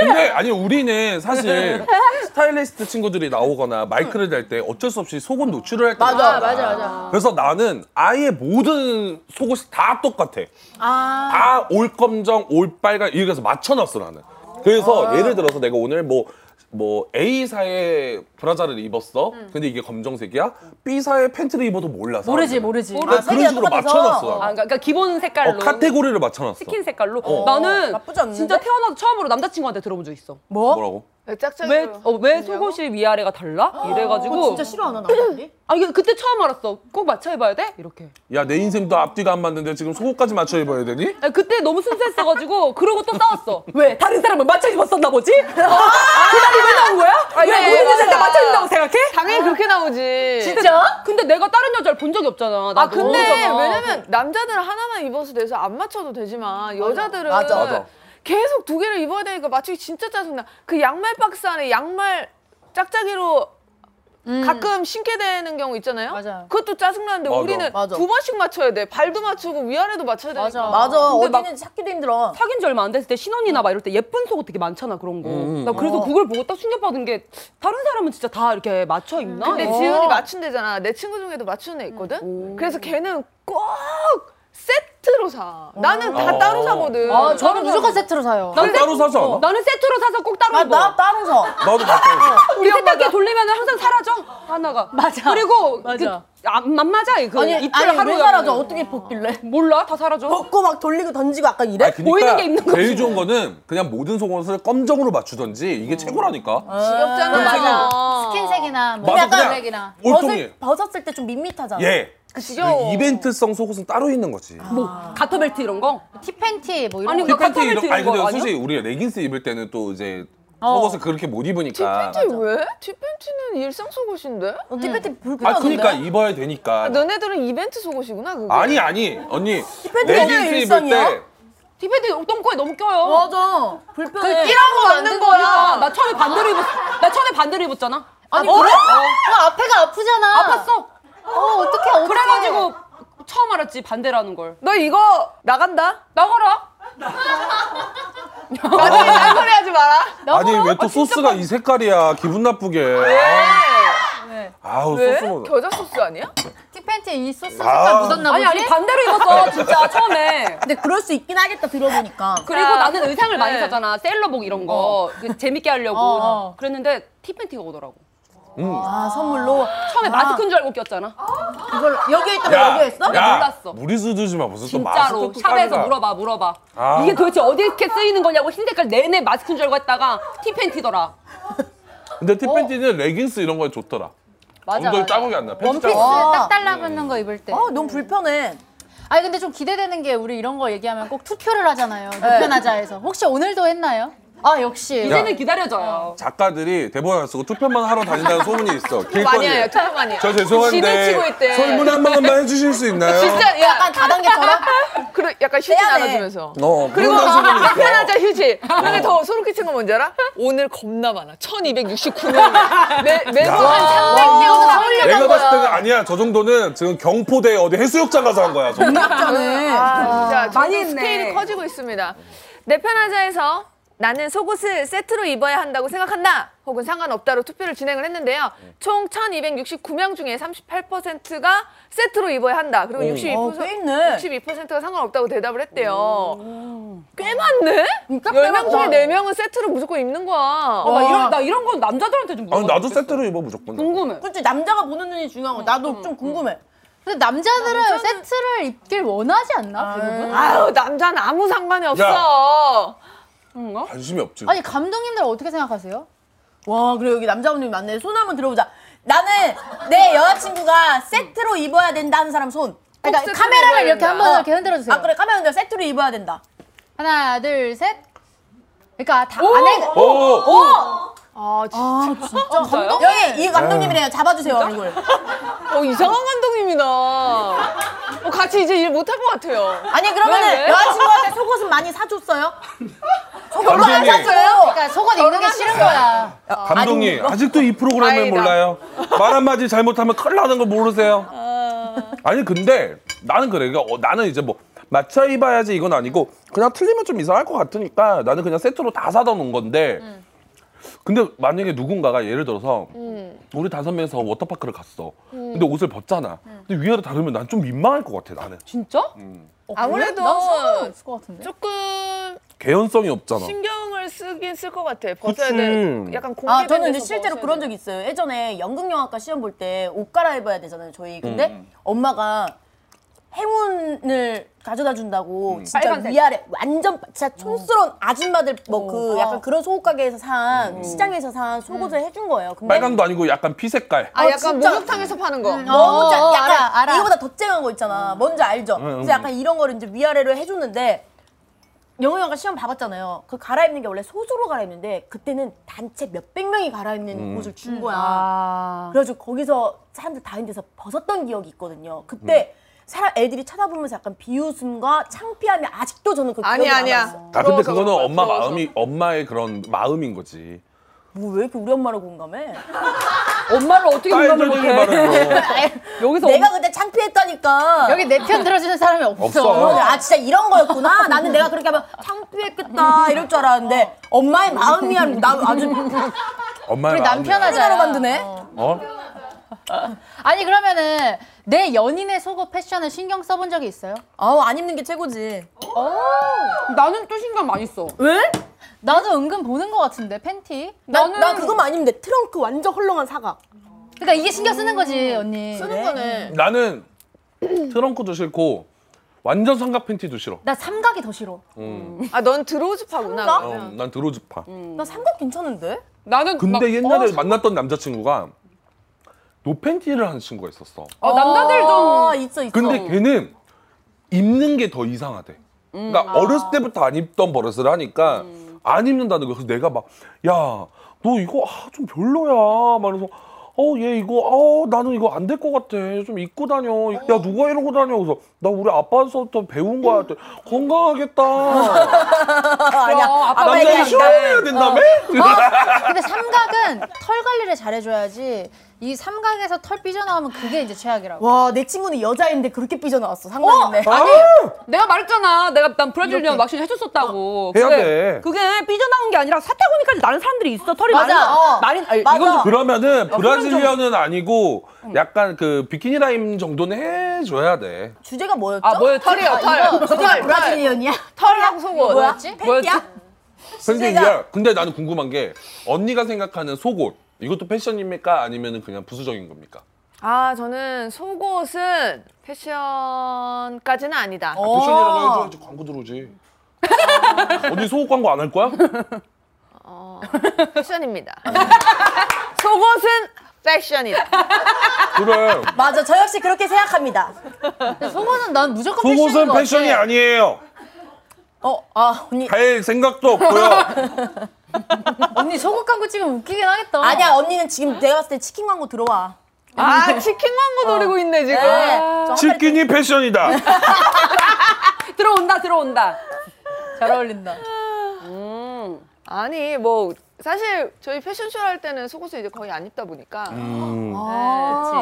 [SPEAKER 3] 근데 아니 우리는
[SPEAKER 7] 네.
[SPEAKER 3] 사실 스타일리스트 친구들이 나오거나 마이크를 댈 때 어쩔 수 없이 속옷 노출을 할 때가
[SPEAKER 7] 맞아,
[SPEAKER 3] 있잖아.
[SPEAKER 7] 맞아, 맞아.
[SPEAKER 3] 그래서 나는 아예 모든 속옷이 다 똑같아. 다 올 검정, 올 빨간 이렇게 해서 맞춰놨어 나는. 그래서
[SPEAKER 7] 아.
[SPEAKER 3] 예를 들어서 내가 오늘 뭐 뭐 A사의 브라자를 입었어. 근데 이게 검정색이야. B사의 팬티를 입어도 몰라서.
[SPEAKER 7] 음. 모르지 모르지.
[SPEAKER 3] 나 그런 식으로
[SPEAKER 6] 똑같아서.
[SPEAKER 3] 맞춰놨어.
[SPEAKER 8] 아,
[SPEAKER 3] 나는.
[SPEAKER 8] 그러니까 기본 색깔로.
[SPEAKER 3] 어, 카테고리를 맞춰놨어.
[SPEAKER 8] 스킨 색깔로. 어, 나는
[SPEAKER 6] 나쁘지 않는데?
[SPEAKER 8] 진짜 태어나서 처음으로 남자친구한테 들어본 적 있어.
[SPEAKER 6] 뭐?
[SPEAKER 3] 뭐라고?
[SPEAKER 5] 짝짝이.
[SPEAKER 2] 왜, 어, 왜 속옷이 위아래가 달라? 이래가지고
[SPEAKER 6] 진짜 싫어하나 남자들이?
[SPEAKER 2] 아 이게 그때 처음 알았어. 꼭 맞춰 입어야 돼? 이렇게.
[SPEAKER 3] 야 내 인생도 앞뒤가 안 맞는데 지금 속옷까지 맞춰 입어야 되니?
[SPEAKER 2] 아, 그때 너무 순수했어가지고 그러고 또 싸웠어.
[SPEAKER 4] <laughs> 왜 다른 사람은 맞춰 입었었나 보지? <laughs> 아, 그날이 왜 나온 거야? 왜
[SPEAKER 5] 네,
[SPEAKER 4] 모든 여자한테
[SPEAKER 5] 맞아.
[SPEAKER 4] 맞춰 입는다고 생각해?
[SPEAKER 5] 당연히 그렇게 나오지.
[SPEAKER 2] 예,
[SPEAKER 6] 아,
[SPEAKER 2] 진짜? 근데 내가 다른 여자를 본 적이 없잖아.
[SPEAKER 5] 아
[SPEAKER 2] 나도.
[SPEAKER 5] 근데
[SPEAKER 2] 그러잖아.
[SPEAKER 5] 왜냐면 남자들은 하나만 입어서 돼서 안 맞춰도 되지만 여자들은
[SPEAKER 6] 맞아.
[SPEAKER 9] 맞아.
[SPEAKER 5] 계속 두 개를 입어야 되니까 맞추기 진짜 짜증나. 그 양말 박스 안에 양말 짝짝이로 가끔 신게 되는 경우 있잖아요.
[SPEAKER 7] 맞아요.
[SPEAKER 5] 그것도 짜증나는데
[SPEAKER 3] 맞아.
[SPEAKER 5] 우리는
[SPEAKER 6] 맞아.
[SPEAKER 5] 두 번씩 맞춰야 돼. 발도 맞추고 위아래도 맞춰야 되니까.
[SPEAKER 7] 맞아.
[SPEAKER 6] 맞아
[SPEAKER 2] 근데
[SPEAKER 6] 어디는 찾기도 힘들어.
[SPEAKER 2] 사귄 지 얼마 안 됐을 때 신혼이나 막 이럴 때 예쁜 속옷 되게 많잖아 그런 거.
[SPEAKER 4] 음,
[SPEAKER 2] 나 그래서
[SPEAKER 4] 어.
[SPEAKER 2] 그걸 보고 딱 충격받은 게 다른 사람은 진짜 다 이렇게 맞춰 입나?
[SPEAKER 5] 근데
[SPEAKER 2] 이렇게.
[SPEAKER 5] 지훈이 맞춘대잖아. 내 친구 중에도 맞추는 애 있거든. 그래서 걔는 꼭 세트로 사. 나는 다
[SPEAKER 3] 어.
[SPEAKER 5] 따로 사거든.
[SPEAKER 7] 아, 저는 무조건 세트로 사요.
[SPEAKER 3] 난 따로 사지 않아?
[SPEAKER 2] 어, 나는 세트로 사서 꼭 따로
[SPEAKER 6] 아,
[SPEAKER 2] 입어.
[SPEAKER 6] 나 따로 서.
[SPEAKER 3] 나도 맞춰.
[SPEAKER 2] 우리 세탁기 돌리면 항상 사라져 하나가.
[SPEAKER 7] 맞아.
[SPEAKER 2] 그리고
[SPEAKER 7] 맞아.
[SPEAKER 2] 그, 안, 안 맞아 그
[SPEAKER 6] 아니
[SPEAKER 2] 이틀
[SPEAKER 6] 아니
[SPEAKER 2] 하루에
[SPEAKER 6] 왜 사라져? 어떻게 벗길래?
[SPEAKER 2] 몰라 다 사라져.
[SPEAKER 7] 어?
[SPEAKER 6] 벗고 막 돌리고 던지고 약간 이래?
[SPEAKER 3] 아니, 그러니까
[SPEAKER 2] 보이는 게 있는 거지.
[SPEAKER 3] 제일 좋은 거는 그냥 모든 속옷을 검정으로 맞추던지 이게 최고라니까.
[SPEAKER 5] 지겹잖아. 맞아.
[SPEAKER 7] 스킨색이나 뭐
[SPEAKER 3] 맞아, 그냥
[SPEAKER 7] 블랙이나.
[SPEAKER 3] 올통이.
[SPEAKER 6] 벗었을 때 좀 밋밋하잖아.
[SPEAKER 3] 예.
[SPEAKER 5] 지겨워.
[SPEAKER 3] 그 이벤트성 속옷은 따로 있는 거지.
[SPEAKER 7] 아.
[SPEAKER 2] 뭐 가터벨트 이런 거?
[SPEAKER 7] 티팬티 뭐 이런
[SPEAKER 2] 아니,
[SPEAKER 7] 거.
[SPEAKER 2] 그-
[SPEAKER 3] 티팬티
[SPEAKER 2] 커터벨트
[SPEAKER 3] 이런
[SPEAKER 2] 이런
[SPEAKER 3] 아니 근데
[SPEAKER 2] 거 아니야?
[SPEAKER 3] 솔직히 우리 레깅스 입을 때는 또 이제 속옷을 그렇게 못 입으니까.
[SPEAKER 5] 뒷팬티 왜? 뒷팬티는 일상 속옷인데?
[SPEAKER 6] 어, 티팬티
[SPEAKER 3] 아
[SPEAKER 6] 불편한데?
[SPEAKER 3] 그러니까 입어야 되니까.
[SPEAKER 5] 아, 너네들은 이벤트 속옷이구나 그거.
[SPEAKER 3] 아니 아니 언니
[SPEAKER 6] 티팬티가 왜
[SPEAKER 3] 레깅스 입을
[SPEAKER 6] 일상이야?
[SPEAKER 3] 때
[SPEAKER 2] 티팬티 똥꼬에 너무 껴요. 그
[SPEAKER 6] 맞아. 불편해.
[SPEAKER 2] 끼라고 만든 거야. 나 처음에 반대로 입었. 나 처음에 반대로 입었잖아.
[SPEAKER 7] 그러니까.
[SPEAKER 2] 어.
[SPEAKER 7] 아니, 그래? 그 앞에가 아프잖아.
[SPEAKER 2] 아팠어.
[SPEAKER 7] 어, 어떡해, 어떡해.
[SPEAKER 2] 그래가지고 처음 알았지 반대라는 걸.
[SPEAKER 5] 너 이거 나간다.
[SPEAKER 2] 나가라.
[SPEAKER 3] 어.
[SPEAKER 5] 나중에 딴소리 하지 마라.
[SPEAKER 3] 아니 왜 또 소스가 이 색깔이야 기분 나쁘게. 아. 아우
[SPEAKER 5] 왜?
[SPEAKER 3] 네? 소스 먹어.
[SPEAKER 5] 네? 겨자 소스 아니야?
[SPEAKER 7] 티팬티에 이 소스
[SPEAKER 3] 아.
[SPEAKER 7] 색깔 묻었나 보지?
[SPEAKER 2] 아니 아니 반대로
[SPEAKER 7] <laughs>
[SPEAKER 2] 입었어 진짜 처음에.
[SPEAKER 6] 근데 그럴 수 있긴 하겠다 들어보니까.
[SPEAKER 2] 그리고
[SPEAKER 5] 아,
[SPEAKER 2] 나는 의상을 많이
[SPEAKER 5] 네.
[SPEAKER 2] 사잖아 셀러복 이런 거 그 재밌게 하려고
[SPEAKER 7] 어, 어.
[SPEAKER 2] 그랬는데 티팬티가 오더라고.
[SPEAKER 6] 아 선물로
[SPEAKER 2] 처음에
[SPEAKER 7] 아.
[SPEAKER 2] 마스크인 줄 알고 꼈잖아.
[SPEAKER 6] 이걸 여기에 있다가 여기에 있어?
[SPEAKER 2] 야. 몰랐어.
[SPEAKER 3] 무리수 두지 마 무슨 또
[SPEAKER 2] 진짜로
[SPEAKER 3] 마스크 또
[SPEAKER 2] 샵에서
[SPEAKER 3] 까지가.
[SPEAKER 2] 물어봐 물어봐.
[SPEAKER 3] 아.
[SPEAKER 2] 이게 도대체 어디에 이렇게 쓰이는 거냐고 흰 색깔 내내 마스크인 줄 알고 했다가 티팬티더라.
[SPEAKER 3] 근데 티팬티는 레깅스 이런 거에 좋더라.
[SPEAKER 7] 맞아,
[SPEAKER 3] 엉덩이
[SPEAKER 7] 맞아.
[SPEAKER 3] 짜국이 안 나. 팬티
[SPEAKER 7] 원피스
[SPEAKER 3] 짜국.
[SPEAKER 7] 딱 달라붙는 거 입을 때.
[SPEAKER 6] 어 너무 불편해.
[SPEAKER 7] 아니 근데 좀 기대되는 게 우리 이런 거 얘기하면 꼭 투표를 하잖아요. 불편하자 해서. 혹시 오늘도 했나요? 아 역시.
[SPEAKER 3] 야.
[SPEAKER 2] 이제는 기다려져요.
[SPEAKER 3] 작가들이 대본 안 쓰고 투표만 하러 다닌다는 소문이 있어.
[SPEAKER 5] 많이
[SPEAKER 3] 길거리에.
[SPEAKER 5] 해요. 투표 많이 해요.
[SPEAKER 3] 저
[SPEAKER 5] 진을 치고
[SPEAKER 3] 죄송한데
[SPEAKER 5] 있대.
[SPEAKER 3] 설문 한 번만 해주실 수 있나요?
[SPEAKER 2] 어,
[SPEAKER 5] 진짜 야,
[SPEAKER 6] 약간 다단계처럼?
[SPEAKER 5] 그래, 약간 휴지
[SPEAKER 6] 해야 돼.
[SPEAKER 5] 나눠주면서.
[SPEAKER 3] 어,
[SPEAKER 5] 그리고
[SPEAKER 3] 그런 방송은 있어.
[SPEAKER 5] 한편하자 휴지. 근데 더 소름 끼친 건 뭔지 알아? 오늘 겁나 많아. 1269명. 매, 매주 한 300명 사올려고
[SPEAKER 3] 내가 봤을 때는 아니야. 저 정도는 지금 경포대 어디 해수욕장 가서 한 거야. 정말.
[SPEAKER 5] 아, 진짜
[SPEAKER 4] 많이
[SPEAKER 5] 많이
[SPEAKER 4] 했네.
[SPEAKER 5] 스케일이 커지고 있습니다. 내 편하자에서 나는 속옷을 세트로 입어야 한다고 생각한다. 혹은 상관없다로 투표를 진행을 했는데요. 총 1,269명 중에 38%가 세트로 입어야 한다. 그리고 62%,
[SPEAKER 6] 어, 꽤 있네.
[SPEAKER 5] 62%가 상관없다고 대답을 했대요. 꽤 많네? 10명 중에 4명은 세트로 무조건 입는 거야.
[SPEAKER 2] 어, 나 이런 나 이런 건 남자들한테 좀
[SPEAKER 3] 아니,
[SPEAKER 2] 물어봐.
[SPEAKER 3] 나도 세트로 입어 무조건.
[SPEAKER 2] 궁금해.
[SPEAKER 6] 그렇지 남자가 보는 눈이 중요한 거. 나도 좀 궁금해.
[SPEAKER 7] 근데 남자들은 세트를 입길 원하지 않나 그 대부분?
[SPEAKER 5] 아유, 남자는 아무 상관이 없어.
[SPEAKER 3] 관심이 없지.
[SPEAKER 7] 아니 감독님들 어떻게 생각하세요?
[SPEAKER 6] 와 그래 여기 남자분들 많네. 손 한번 들어보자. 나는 내 여자친구가 세트로 입어야 된다는 사람 손.
[SPEAKER 7] 그러니까
[SPEAKER 5] 세트로
[SPEAKER 7] 카메라를
[SPEAKER 5] 입어야
[SPEAKER 7] 이렇게
[SPEAKER 5] 된다.
[SPEAKER 7] 한번 이렇게 흔들어 주세요.
[SPEAKER 6] 아 그래 까면 돼 세트로 입어야 된다.
[SPEAKER 7] 하나 둘 셋. 그러니까 다 안에
[SPEAKER 3] 오! 어.
[SPEAKER 5] 어? 아, 진짜.
[SPEAKER 6] 저 감독님 여기 이 감독님이래요. 잡아주세요 얼굴.
[SPEAKER 5] 어, 이상한 감독님이다. 어, 같이 이제 일 못할 것 같아요.
[SPEAKER 6] 아니 그러면은
[SPEAKER 5] 왜, 왜?
[SPEAKER 6] 여자친구한테 속옷은 많이 사줬어요? 별로 안
[SPEAKER 3] 감독님.
[SPEAKER 6] 샀어요.
[SPEAKER 7] 그러니까 속옷 입는 게 싫은 거야.
[SPEAKER 3] 감독님, 아직도 이 프로그램을
[SPEAKER 5] 다행이다.
[SPEAKER 3] 몰라요. 말 한마디 잘못하면 큰일 나는 거 모르세요. 아니, 근데 나는 그래. 그러니까 어, 나는 이제 뭐 맞춰 입어야지 이건 아니고 그냥 틀리면 좀 이상할 것 같으니까 나는 그냥 세트로 다 사다 놓은 건데
[SPEAKER 5] 음.
[SPEAKER 3] 근데 만약에 누군가가 예를 들어서
[SPEAKER 5] 음.
[SPEAKER 3] 우리 다섯 명이서 워터파크를 갔어. 근데 옷을 벗잖아.
[SPEAKER 5] 음.
[SPEAKER 3] 근데 위아래 다르면 난 좀 민망할 것 같아, 나는.
[SPEAKER 2] 진짜?
[SPEAKER 5] 아무래도
[SPEAKER 7] 있을 것 같은데.
[SPEAKER 5] 조금
[SPEAKER 3] 개연성이 없잖아.
[SPEAKER 5] 신경을 쓰긴 쓸 것 같아. 벗어야
[SPEAKER 3] 그치.
[SPEAKER 5] 돼. 약간 공개.
[SPEAKER 6] 아, 저는 이제 실제로 그런 적이 있어요.
[SPEAKER 3] 음,
[SPEAKER 6] 예전에 연극영화과 시험 볼 때 옷 갈아입어야 되잖아요, 저희. 근데 엄마가 행운을 가져다 준다고
[SPEAKER 3] 음.
[SPEAKER 6] 진짜
[SPEAKER 2] 빨간색.
[SPEAKER 6] 위아래 완전 진짜 촌스러운 아줌마들 뭐 그 약간 그런 속옷 가게에서 산 시장에서 산 속옷을 해준 거예요. 근데
[SPEAKER 3] 음. 빨강도 아니고 약간 피색깔.
[SPEAKER 5] 아,
[SPEAKER 6] 어,
[SPEAKER 5] 약간
[SPEAKER 6] 진짜.
[SPEAKER 5] 목욕탕에서 파는 거.
[SPEAKER 6] 너무 짜,
[SPEAKER 7] 어,
[SPEAKER 6] 약간
[SPEAKER 7] 알아, 음. 알아.
[SPEAKER 6] 이거보다 더 쨍한 거 있잖아. 뭔지 알죠?
[SPEAKER 3] 응,
[SPEAKER 6] 그래서 약간 이런 거를 이제 위아래로 해줬는데 영호 형과 시험 봐봤잖아요. 그 갈아입는 게 원래 소수로 갈아입는데 그때는 단체 몇백 명이 갈아입는
[SPEAKER 7] 음.
[SPEAKER 6] 옷을
[SPEAKER 5] 음.
[SPEAKER 6] 준 거야.
[SPEAKER 5] 아.
[SPEAKER 6] 그래가지고 거기서 사람들 다 있는 데서 벗었던 기억이 있거든요. 그때
[SPEAKER 7] 음.
[SPEAKER 6] 사람 애들이 쳐다보면서 약간 비웃음과 창피함이 아직도 저는 그 기억이
[SPEAKER 5] 아니야, 아니야.
[SPEAKER 6] 남아요.
[SPEAKER 3] 아 근데
[SPEAKER 5] 부러워서
[SPEAKER 3] 그거는
[SPEAKER 5] 그런 거야,
[SPEAKER 3] 엄마
[SPEAKER 5] 부러워서.
[SPEAKER 3] 마음이 엄마의 그런 마음인 거지.
[SPEAKER 6] 뭐왜 이렇게 우리 엄마를 공감해?
[SPEAKER 2] 엄마를 어떻게 공감을
[SPEAKER 3] 딸들끼리
[SPEAKER 2] 못해?
[SPEAKER 3] 말하는 거.
[SPEAKER 2] 여기서
[SPEAKER 6] 내가 그때 창피했다니까.
[SPEAKER 7] 여기 내 편 들어주는 사람이 없어.
[SPEAKER 3] <laughs> 없어.
[SPEAKER 6] 아 진짜 이런 거였구나. 나는 내가 그렇게 하면 창피했겠다 이럴 줄 알았는데 엄마의 마음이야. 나 아주
[SPEAKER 3] 엄마의
[SPEAKER 7] 우리
[SPEAKER 3] 마음이
[SPEAKER 7] 남편 하자.
[SPEAKER 6] 하나로 만드네.
[SPEAKER 3] 어?
[SPEAKER 7] 아니 그러면은 내 연인의 속옷 패션을 신경 써본 적이 있어요?
[SPEAKER 6] 아우 안 입는 게 최고지.
[SPEAKER 2] 나는 또 신경 많이 써.
[SPEAKER 7] 나도 은근 보는 것 같은데 팬티.
[SPEAKER 6] 나는 나 그거만 안 입으면 돼. 트렁크 완전 헐렁한 사과.
[SPEAKER 7] 그러니까 이게 신경 쓰는 거지 언니.
[SPEAKER 5] 쓰는 거네.
[SPEAKER 3] 나는 트렁크도 싫고 완전 삼각 팬티도 싫어.
[SPEAKER 7] 나 삼각이 더 싫어.
[SPEAKER 5] 아, 넌 드로즈 파구나.
[SPEAKER 3] 어, 난 드로즈파.
[SPEAKER 6] 나 삼각 괜찮은데?
[SPEAKER 2] 나는 막-
[SPEAKER 3] 근데 옛날에
[SPEAKER 2] 어, 사-
[SPEAKER 3] 만났던 남자친구가 노팬티를 하는 친구가 있었어.
[SPEAKER 2] 어, 남자들
[SPEAKER 6] 아
[SPEAKER 2] 좀
[SPEAKER 6] 있어 있어.
[SPEAKER 3] 근데 걔는 입는 게 더 이상하대. 그러니까 어렸을 때부터 안 입던 버릇을 하니까 안 입는다는 거야. 그래서 내가 막, 야, 너 이거 아, 좀 별로야. 말해서, 어, 얘 이거, 어, 나는 이거 안 될 것 같아. 좀 입고 다녀. 야, 누가 이러고 다녀. 그래서 나 우리 아빠한테 배운 거야. 그랬더니 건강하겠다.
[SPEAKER 6] 아니야. 아빠 얘기
[SPEAKER 3] 어. 남자는 어.
[SPEAKER 6] 아니다.
[SPEAKER 3] 시원해야 된다며?
[SPEAKER 7] 근데 삼각은 털 관리를 잘해줘야지. 이 삼각에서 털 삐져나오면 그게 이제 최악이라고.
[SPEAKER 6] 와내 친구는 여자인데 그렇게 삐져나왔어 상관없네.
[SPEAKER 3] 아니,
[SPEAKER 2] 내가 말했잖아. 내가 난 브라질리언 왁싱 해줬었다고.
[SPEAKER 3] 어? 해야
[SPEAKER 2] 그게-
[SPEAKER 3] 돼.
[SPEAKER 2] 그게 삐져나온 게 아니라 사타구니까지 나는 사람들이 있어. 털이
[SPEAKER 6] 맞아,
[SPEAKER 2] 많이
[SPEAKER 6] 어.
[SPEAKER 2] 많이 아니,
[SPEAKER 6] 맞아.
[SPEAKER 2] 이건 좀
[SPEAKER 3] 어, 그러면은 브라질리언은 아니고 약간 그 비키니 라임 정도는 해줘야 돼.
[SPEAKER 6] 주제가 뭐였죠?
[SPEAKER 2] 아, 뭐야 털이야.
[SPEAKER 5] 털이요, 털. 털, 털.
[SPEAKER 6] 브라질리언이야?
[SPEAKER 5] 털하고 속옷.
[SPEAKER 6] 뭐였지? 팬티야?
[SPEAKER 3] 근데
[SPEAKER 6] 주제가-
[SPEAKER 3] 이게 근데 나는 궁금한 게 언니가 생각하는 속옷 이것도 패션입니까 아니면 그냥 부수적인 겁니까?
[SPEAKER 5] 아, 저는 속옷은 패션까지는 아니다.
[SPEAKER 7] 어.
[SPEAKER 3] 아, 패션이라고 해줘야지 광고 들어오지.
[SPEAKER 7] 아.
[SPEAKER 3] 언니 속옷 광고 안 할 거야?
[SPEAKER 5] 패션입니다. <laughs> 속옷은 패션이다.
[SPEAKER 3] 그래.
[SPEAKER 6] 맞아 저 역시 그렇게 생각합니다.
[SPEAKER 7] 근데 속옷은 난 무조건 패션인
[SPEAKER 3] 속옷은
[SPEAKER 7] 것
[SPEAKER 3] 패션이
[SPEAKER 7] 같아.
[SPEAKER 3] 아니에요.
[SPEAKER 6] 어 아 언니
[SPEAKER 3] 갈 생각도
[SPEAKER 7] <laughs>
[SPEAKER 3] 없고요.
[SPEAKER 7] 언니 속옷 광고 찍으면 웃기긴 하겠다.
[SPEAKER 6] 아니야 언니는 지금 내가 봤을 때 치킨 광고 들어와.
[SPEAKER 5] 아, 치킨 광고 노리고 있네, 지금.
[SPEAKER 6] 저
[SPEAKER 3] 치킨이 패션이다.
[SPEAKER 7] <laughs>
[SPEAKER 2] 들어온다 들어온다.
[SPEAKER 6] 그러니까.
[SPEAKER 7] 잘 어울린다.
[SPEAKER 5] 아니, 뭐, 사실 저희 패션쇼 할 때는 속옷을 이제 거의 안 입다 보니까. 네,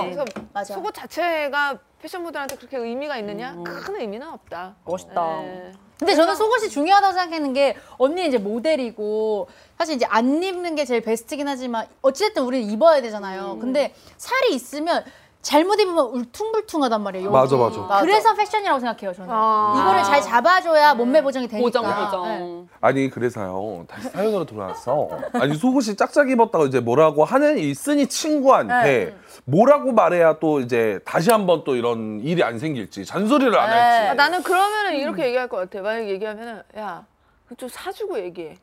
[SPEAKER 5] 그래서
[SPEAKER 6] 맞아.
[SPEAKER 5] 속옷 자체가 패션모델한테 그렇게 의미가 있느냐? 큰 의미는 없다.
[SPEAKER 2] 멋있다.
[SPEAKER 5] 네.
[SPEAKER 7] 근데 저는 속옷이 중요하다고 생각하는 게 언니 이제 모델이고 사실 이제 안 입는 게 제일 베스트긴 하지만 어찌됐든 우리는 입어야 되잖아요.
[SPEAKER 2] 음.
[SPEAKER 7] 근데 살이 있으면 잘못 입으면 울퉁불퉁하단 말이에요.
[SPEAKER 3] 맞아,
[SPEAKER 7] 여기.
[SPEAKER 3] 맞아.
[SPEAKER 6] 맞아.
[SPEAKER 7] 그래서 패션이라고 생각해요 저는.
[SPEAKER 5] 아.
[SPEAKER 7] 이거를 잘 잡아줘야 몸매 보정이 되니까.
[SPEAKER 2] 보정 보정.
[SPEAKER 7] 네.
[SPEAKER 3] 아니 그래서요 다시 사연으로 돌아와서 아니 속옷이 짝짝 입었다고 이제 뭐라고 하는 이 쓰니 친구한테
[SPEAKER 7] 네.
[SPEAKER 3] 뭐라고 말해야 또 이제 다시 한번 또 이런 일이 안 생길지 잔소리를 안
[SPEAKER 5] 아,
[SPEAKER 7] 네.
[SPEAKER 5] 음.
[SPEAKER 3] 할지.
[SPEAKER 5] 나는 그러면은 이렇게 얘기할 것 같아. 만약에 얘기하면은, 야, 그거 좀 사주고 얘기해.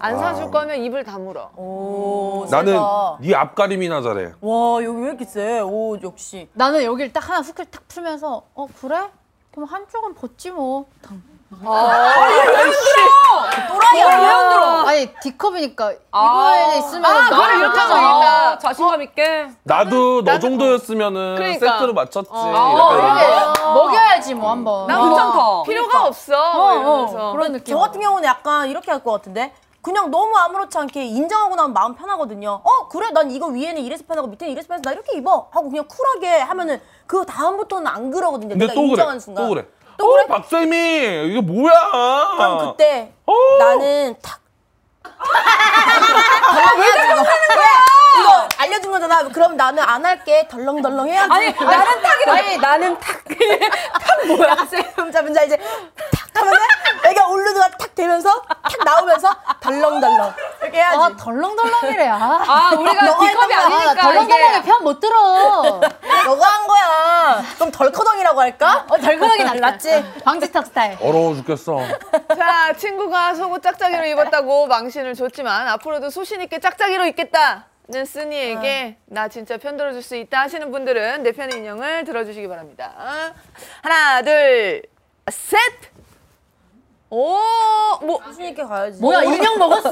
[SPEAKER 5] 안 사줄 거면 입을 다물어.
[SPEAKER 6] 오,
[SPEAKER 3] 나는
[SPEAKER 6] 세다.
[SPEAKER 3] 네 앞가림이나 잘해.
[SPEAKER 6] 와 여기 왜 이렇게 세? 오 역시
[SPEAKER 7] 나는 여기를 딱 하나 후크를 탁 풀면서 어 그래? 그럼 한쪽은 벗지 뭐. 당.
[SPEAKER 2] 아.
[SPEAKER 7] 아,
[SPEAKER 6] 또라이야.
[SPEAKER 7] 아니 D컵이니까 이거에 있으면 아,
[SPEAKER 2] 그걸 이렇게
[SPEAKER 6] 어.
[SPEAKER 2] 하면
[SPEAKER 7] 다
[SPEAKER 2] 되겠다. 어, 자신감 있게.
[SPEAKER 3] 나도 너 정도였으면은
[SPEAKER 5] 그러니까.
[SPEAKER 3] 세트로 맞췄지.
[SPEAKER 6] 어.
[SPEAKER 3] 약간
[SPEAKER 6] 네.
[SPEAKER 3] 이런.
[SPEAKER 7] 그러게 먹여야지 뭐 한번.
[SPEAKER 2] 나
[SPEAKER 6] 어.
[SPEAKER 2] 괜찮다.
[SPEAKER 5] 필요가 없어. 뭐 이러면서.
[SPEAKER 7] 그런 느낌.
[SPEAKER 6] 저 같은 경우는 약간 이렇게 할 것 같은데 그냥 너무 아무렇지 않게 인정하고 나면 마음 편하거든요. 어 그래 난 이거 위에는 이래서 편하고 밑에는 이래서 편해서 나 이렇게 입어 하고 그냥 쿨하게 하면은 그 다음부터는 안 그러거든요.
[SPEAKER 3] 근데
[SPEAKER 6] 내가
[SPEAKER 3] 또 그래.
[SPEAKER 6] 인정하는 순간.
[SPEAKER 3] 또 그래.
[SPEAKER 6] 또 그래?
[SPEAKER 3] 어, 박쌤이 이게 뭐야?
[SPEAKER 6] 그럼 그때
[SPEAKER 3] 어.
[SPEAKER 6] 나는 탁. 덜렁 왜 덜렁 하는 거야? 이거 알려준 거잖아. 그럼 나는 안 할게. 덜렁덜렁 해야지.
[SPEAKER 2] 아니 나는 탁이다. 아니 나는 탁. 탁 뭐야?
[SPEAKER 6] 그럼 자, 이제 탁 하면은 애가 울르드가 탁 되면서 탁 나오면서 덜렁덜렁 이렇게 해야지.
[SPEAKER 7] 아 덜렁덜렁이래. 아,
[SPEAKER 2] 아 우리가
[SPEAKER 6] 너가
[SPEAKER 2] D컵이
[SPEAKER 6] 했던 거
[SPEAKER 7] 아,
[SPEAKER 2] 아니니까 이게
[SPEAKER 7] 나 <laughs> 덜렁덜렁의 편못 들어.
[SPEAKER 6] 너가 한 거야. 그럼 덜커덩이라고 할까?
[SPEAKER 7] 어, 덜그하게 낫지. 방지턱 스타일.
[SPEAKER 3] 어려워
[SPEAKER 6] <laughs>
[SPEAKER 3] 죽겠어.
[SPEAKER 5] 자, 친구가 속옷 짝짝이로 입었다고 망신을 줬지만 앞으로도 소신 있게 짝짝이로 입겠다는 쓰니에게 나 진짜 편 들어줄 수 있다 하시는 분들은 내 편의 인형을 들어주시기 바랍니다. 하나, 둘, 셋. 오, 뭐
[SPEAKER 6] 순이께 가야지.
[SPEAKER 7] 뭐야, 인형 먹었어?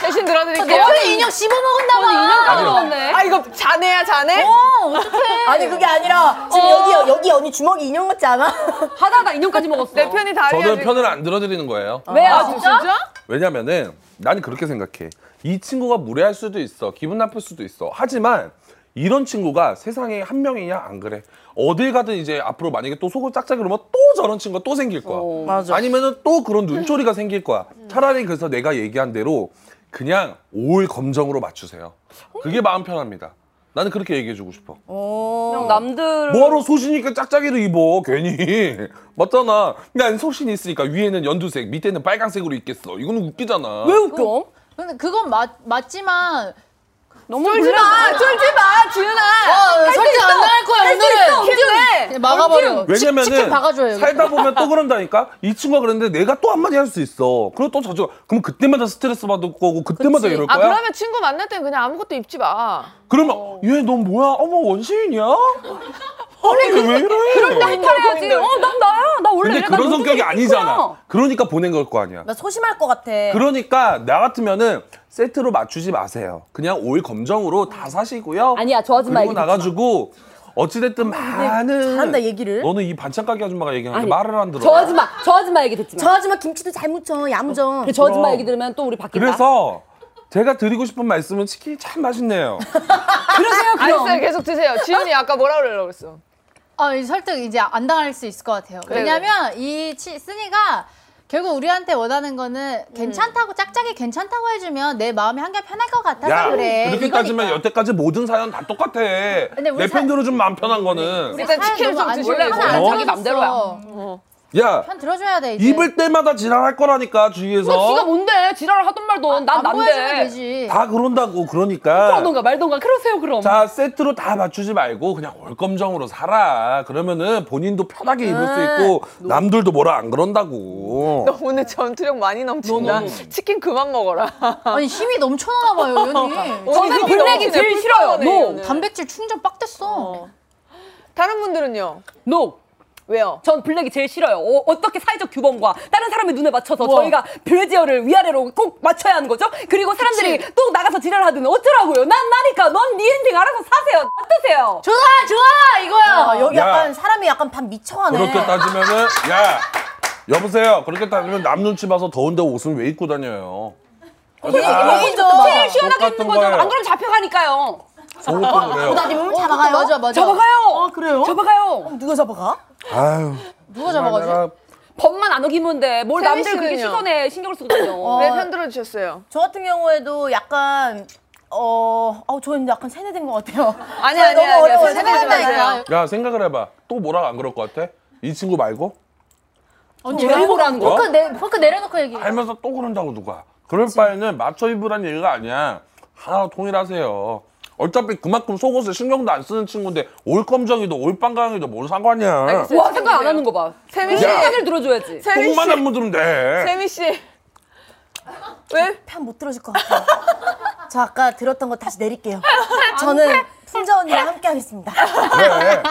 [SPEAKER 5] 대신 들어드릴게요.
[SPEAKER 7] 너왜 인형 씹어 먹었나 봐. 인형 먹었네.
[SPEAKER 5] 아 이거 자네야 자네?
[SPEAKER 7] 어, 어떡해.
[SPEAKER 6] 아니 그게 아니라 지금 여기 여기 언니 주먹이 인형 같지 않아?
[SPEAKER 2] 하다하다 인형까지 먹었어. 아,
[SPEAKER 5] 내 편이 다리야.
[SPEAKER 3] 저는
[SPEAKER 5] 지금.
[SPEAKER 3] 편을 안 들어드리는 거예요.
[SPEAKER 2] 왜요?
[SPEAKER 5] 진짜?
[SPEAKER 3] 왜냐면은 난 그렇게 생각해. 이 친구가 무례할 수도 있어. 기분 나쁠 수도 있어. 하지만 이런 친구가 세상에 한 명이냐 안 그래. 어딜 가든 이제 앞으로 만약에 또 속을 짝짝이 그러면 또 저런 친구가 또 생길 거야.
[SPEAKER 6] 맞아.
[SPEAKER 3] 아니면은 또 그런 눈초리가 생길 거야. 차라리 그래서 내가 얘기한 대로 그냥 올 검정으로 맞추세요. 그게 마음 편합니다. 나는 그렇게 얘기해주고 싶어.
[SPEAKER 2] 그냥 남들
[SPEAKER 3] 뭐하러 소신 있게 짝짝이를 입어 괜히 <laughs> 맞잖아 난 소신 있으니까 위에는 연두색 밑에는 빨간색으로 입겠어 이거는 웃기잖아
[SPEAKER 2] 왜 웃겨?
[SPEAKER 7] 근데 그건 맞, 맞지만.
[SPEAKER 2] 너무 쫄지 마.
[SPEAKER 5] 쫄지 마, 지은아.
[SPEAKER 7] 어, 설득 안 나갈 거야, 오늘은. 어,
[SPEAKER 5] 힘내.
[SPEAKER 7] 그냥 막아버려.
[SPEAKER 3] 왜냐면은
[SPEAKER 7] 치킨 박아줘요. 여기서.
[SPEAKER 3] 살다 보면 또 그런다니까 이 친구가 그랬는데 내가 또 한마디 할 수 있어 그리고 또 자주 그럼 그때마다 스트레스 받을 거고 그때마다
[SPEAKER 7] 그치.
[SPEAKER 3] 이럴
[SPEAKER 5] 아
[SPEAKER 3] 거야
[SPEAKER 5] 그러면 친구 만날 땐 그냥 아무것도 입지 마.
[SPEAKER 3] 그러면 얘 넌 뭐야 어머 원시인이야 아니 왜 이래
[SPEAKER 2] 해야지. 어, 난 나야. 나 원래
[SPEAKER 3] 근데
[SPEAKER 2] 이래. 나
[SPEAKER 3] 그런
[SPEAKER 2] 눈동자
[SPEAKER 3] 성격이
[SPEAKER 2] 있구나.
[SPEAKER 3] 아니잖아 그러니까 보낸 걸 거 아니야
[SPEAKER 6] 나 소심할 것 같아.
[SPEAKER 3] 그러니까 나 같으면은 세트로 맞추지 마세요. 그냥 올 검정으로 다 사시고요.
[SPEAKER 2] 아니야, 저 아줌마
[SPEAKER 3] 그리고
[SPEAKER 2] 얘기 듣지
[SPEAKER 3] 나가지고 어찌됐든 많은
[SPEAKER 6] 잘한다, 얘기를.
[SPEAKER 3] 너는 이 반찬 가게 아줌마가 얘기하는데
[SPEAKER 2] 아니,
[SPEAKER 3] 말을 안 들어.
[SPEAKER 2] 저 아줌마, 저 아줌마 얘기 듣지 마.
[SPEAKER 6] 저 아줌마 김치도 잘 무쳐 야무져.
[SPEAKER 2] 그래, 저 아줌마
[SPEAKER 3] 그럼.
[SPEAKER 2] 얘기 들으면 또 우리 바뀐다.
[SPEAKER 3] 그래서 제가 드리고 싶은 말씀은 치킨이 참 맛있네요.
[SPEAKER 2] 그러세요, 그럼.
[SPEAKER 5] 알았어요, 계속 드세요. 지은이 아까 뭐라 그러려고 그랬어?
[SPEAKER 7] 아, 이 설득 이제 안 당할 수 있을 것 같아요.
[SPEAKER 5] 그래,
[SPEAKER 7] 왜냐면 이 치, 쓰니가 결국 우리한테 원하는 거는 괜찮다고 짝짝이 괜찮다고 해주면 내 마음이 한결 편할 것 같아서
[SPEAKER 3] 야,
[SPEAKER 7] 그래.
[SPEAKER 3] 그렇게
[SPEAKER 7] 이거니까.
[SPEAKER 3] 따지면 여태까지 모든 사연 다 똑같아.
[SPEAKER 7] 우리
[SPEAKER 3] 내
[SPEAKER 7] 사-
[SPEAKER 3] 편들어 좀 마음 편한 거는.
[SPEAKER 5] 일단
[SPEAKER 7] 사연
[SPEAKER 5] 치킨을
[SPEAKER 7] 너무
[SPEAKER 5] 좀
[SPEAKER 7] 안
[SPEAKER 5] 드실래요?
[SPEAKER 7] 들어줘서 안
[SPEAKER 3] 어?
[SPEAKER 2] 자기 맘대로야.
[SPEAKER 7] 들어줬어.
[SPEAKER 3] 야,
[SPEAKER 7] 편 들어줘야 돼 이제.
[SPEAKER 3] 입을 때마다 지랄할 거라니까
[SPEAKER 2] 근데 지가
[SPEAKER 3] 주위에서.
[SPEAKER 2] 뭔데? 지랄을 하던 말던 난
[SPEAKER 7] 안 보여주면
[SPEAKER 2] 난데.
[SPEAKER 7] 되지.
[SPEAKER 3] 다 그런다고 그러니까.
[SPEAKER 2] 그러던가 말던가 그러세요, 그럼.
[SPEAKER 3] 자 세트로 다 맞추지 말고 그냥 월검정으로 살아 그러면은 본인도 편하게 입을 수 있고 남들도 뭐라 안 그런다고
[SPEAKER 5] 너 오늘 전투력 많이 넘친다. 치킨 그만 먹어라.
[SPEAKER 7] 아니 힘이 넘쳐나나 봐요 연이.
[SPEAKER 5] 저는
[SPEAKER 2] 블랙이 어, 제일 싫어요. 노.
[SPEAKER 7] 단백질 충전 빡 됐어.
[SPEAKER 5] 다른 분들은요?
[SPEAKER 2] 노.
[SPEAKER 5] 왜요?
[SPEAKER 2] 전 블랙이 제일 싫어요. 어, 떻게 사회적 규범과 다른 사람의 눈에 맞춰서 저희가 브래지어를 위아래로 꼭 맞춰야 하는 거죠? 그리고 사람들이 또 나가서 지랄하든 어쩌라고요? 난 나니까 넌 네 인생 알아서 사세요. 어떠세요?
[SPEAKER 7] 좋아 좋아
[SPEAKER 6] 아,
[SPEAKER 7] 이거야.
[SPEAKER 6] 여기
[SPEAKER 3] 야.
[SPEAKER 6] 약간 사람이 약간 반 미쳐가네.
[SPEAKER 3] 그렇게 따지면은 야 여보세요 그렇게 따지면 남 눈치 봐서 더운데 옷은 왜 입고 다녀요
[SPEAKER 2] 아, 제일 시원하게
[SPEAKER 3] 똑같은
[SPEAKER 2] 입는 거죠.
[SPEAKER 3] 거예요.
[SPEAKER 2] 안 그러면 잡혀가니까요.
[SPEAKER 7] 어,
[SPEAKER 3] 저것도 그래요
[SPEAKER 6] 어, 나네 몸을 잡아가요?
[SPEAKER 7] 맞아 맞아.
[SPEAKER 2] 잡아가요. 그래요? 잡아가요.
[SPEAKER 6] 누가 잡아가?
[SPEAKER 3] 아유
[SPEAKER 7] 누가 잡아가지?
[SPEAKER 2] 법만 안 어기면 돼. 뭘
[SPEAKER 5] 세미
[SPEAKER 2] 남들 그렇게
[SPEAKER 5] 씨는요?
[SPEAKER 2] 시선에 신경을 쓰거든요.
[SPEAKER 5] 왜 편들어 주셨어요?
[SPEAKER 6] 저 같은 경우에도 약간 어, 어, 저는 약간 세뇌된 것 같아요. <laughs>
[SPEAKER 5] 아니
[SPEAKER 6] 저
[SPEAKER 5] 아니
[SPEAKER 6] 너무
[SPEAKER 5] 아니.
[SPEAKER 6] 어려워요.
[SPEAKER 5] 생각하지
[SPEAKER 6] 세뇌된다,
[SPEAKER 5] 마세요.
[SPEAKER 3] 야 생각을 해봐 또 뭐라 안 그럴 것 같아 이 친구 말고
[SPEAKER 7] 언제
[SPEAKER 2] 왜 보라는 거야?
[SPEAKER 7] 포크 내 포크 내려놓고 얘기.
[SPEAKER 3] 알면서 또 그런다고 누가 그럴 바에는 맞춰 입으란 얘기가 아니야 하나 통일하세요 어차피 그만큼 속옷에 신경도 안 쓰는 친구인데 올 검정이도 올 빵강이도 뭔 상관이야
[SPEAKER 2] 와 생각 안 하는 거 봐.
[SPEAKER 7] 그
[SPEAKER 5] 세미 씨.
[SPEAKER 2] 시간을 들어줘야지.
[SPEAKER 5] 세미
[SPEAKER 3] 똥만
[SPEAKER 5] 씨.
[SPEAKER 3] 안 묻으면 돼.
[SPEAKER 5] 세미 씨. 왜?
[SPEAKER 6] 편못 들어줄 것 같아요. <laughs> 저 아까 들었던 거 다시 내릴게요. 저는 풍자 언니랑 함께 하겠습니다.
[SPEAKER 3] 그래.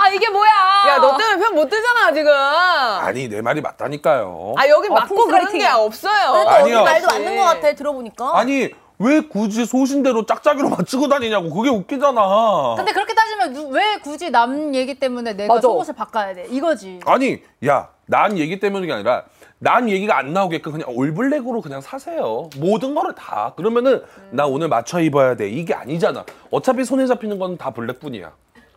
[SPEAKER 2] 아 이게 뭐야?
[SPEAKER 5] 야 너 때문에 편 못 들잖아 지금. 아
[SPEAKER 3] 아니 내 말이 맞다니까요.
[SPEAKER 5] 여기 맞고 그런 게
[SPEAKER 2] 풍스라이팅이야.
[SPEAKER 6] 그래도
[SPEAKER 5] 없어요.
[SPEAKER 6] 언니
[SPEAKER 3] 아니요.
[SPEAKER 6] 말도 맞는 것 같아, 들어보니까.
[SPEAKER 3] 아니 왜 굳이 소신대로 짝짝이로 <laughs> 맞추고 다니냐고 그게 웃기잖아.
[SPEAKER 7] 근데 그렇게 따지면 누- 왜 굳이 남 얘기 때문에 내가
[SPEAKER 2] 맞아.
[SPEAKER 7] 속옷을 바꿔야 돼? 이거지.
[SPEAKER 3] 아니 야 난 얘기 때문이 아니라 난 얘기가 안 나오게끔 그냥 올블랙으로 그냥 사세요. 모든 거를 다 그러면은 나 오늘 맞춰 입어야 돼 이게 아니잖아. 어차피 손에 잡히는 건 다 블랙뿐이야.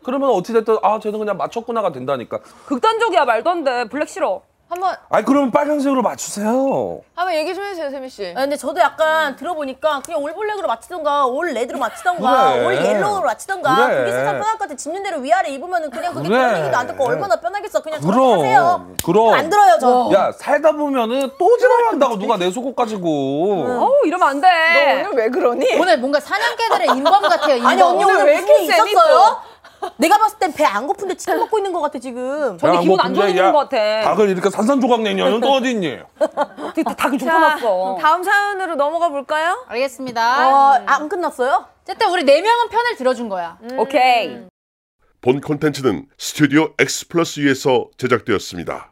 [SPEAKER 3] 그러면 어찌 됐든 아 쟤는 그냥 맞췄구나가 된다니까.
[SPEAKER 2] 극단적이야 말도 안 돼. 블랙 싫어.
[SPEAKER 5] 한번
[SPEAKER 3] 아니 그러면 빨간색으로 맞추세요.
[SPEAKER 5] 한번 얘기 좀 해주세요 세미 씨.
[SPEAKER 6] 아, 근데 저도 약간 들어보니까 그냥 올 블랙으로 맞추던가 올 레드로 맞추던가
[SPEAKER 3] 그래.
[SPEAKER 6] 올 옐로우로 맞추던가
[SPEAKER 3] 그래.
[SPEAKER 6] 그게 세상 편할 것 같아 집는 대로 위아래 입으면 그냥 그게
[SPEAKER 3] 그래.
[SPEAKER 6] 그런 얘기도 안 듣고 얼마나 편하겠어 그냥 저렇게
[SPEAKER 3] 그럼,
[SPEAKER 6] 하세요
[SPEAKER 3] 그럼.
[SPEAKER 6] 안 들어요 저
[SPEAKER 3] 야 살다 보면은 또 지랄한다고 누가 내 속옷 가지고.
[SPEAKER 2] 어우 이러면 안
[SPEAKER 5] 너
[SPEAKER 2] 돼.
[SPEAKER 5] 오늘 왜 그러니?
[SPEAKER 7] 오늘 뭔가 사냥개들의 인범 같아요. 인범.
[SPEAKER 6] 아니 언니 오늘 왜 이렇게
[SPEAKER 5] 쌤이
[SPEAKER 6] 있었어요? 내가 봤을 땐 배 안 고픈데 치킨 먹고 있는 것 같아 지금.
[SPEAKER 2] 저도
[SPEAKER 3] 야, 뭐
[SPEAKER 2] 기분 안
[SPEAKER 3] 근데
[SPEAKER 2] 좋아지는
[SPEAKER 3] 야,
[SPEAKER 2] 것 같아.
[SPEAKER 3] 닭을 이렇게 산산조각
[SPEAKER 2] <laughs>
[SPEAKER 3] 내냐는 또 어디 있니?
[SPEAKER 2] 닭이 좀
[SPEAKER 5] 자,
[SPEAKER 2] 화났어.
[SPEAKER 5] 다음 사연으로 넘어가 볼까요?
[SPEAKER 7] 알겠습니다.
[SPEAKER 6] 어, 안 끝났어요?
[SPEAKER 7] 어쨌든 우리 네 명은 편을 들어준 거야.
[SPEAKER 5] 음.
[SPEAKER 2] 오케이.
[SPEAKER 1] 본 콘텐츠는 스튜디오 X 플러스 위에서 제작되었습니다.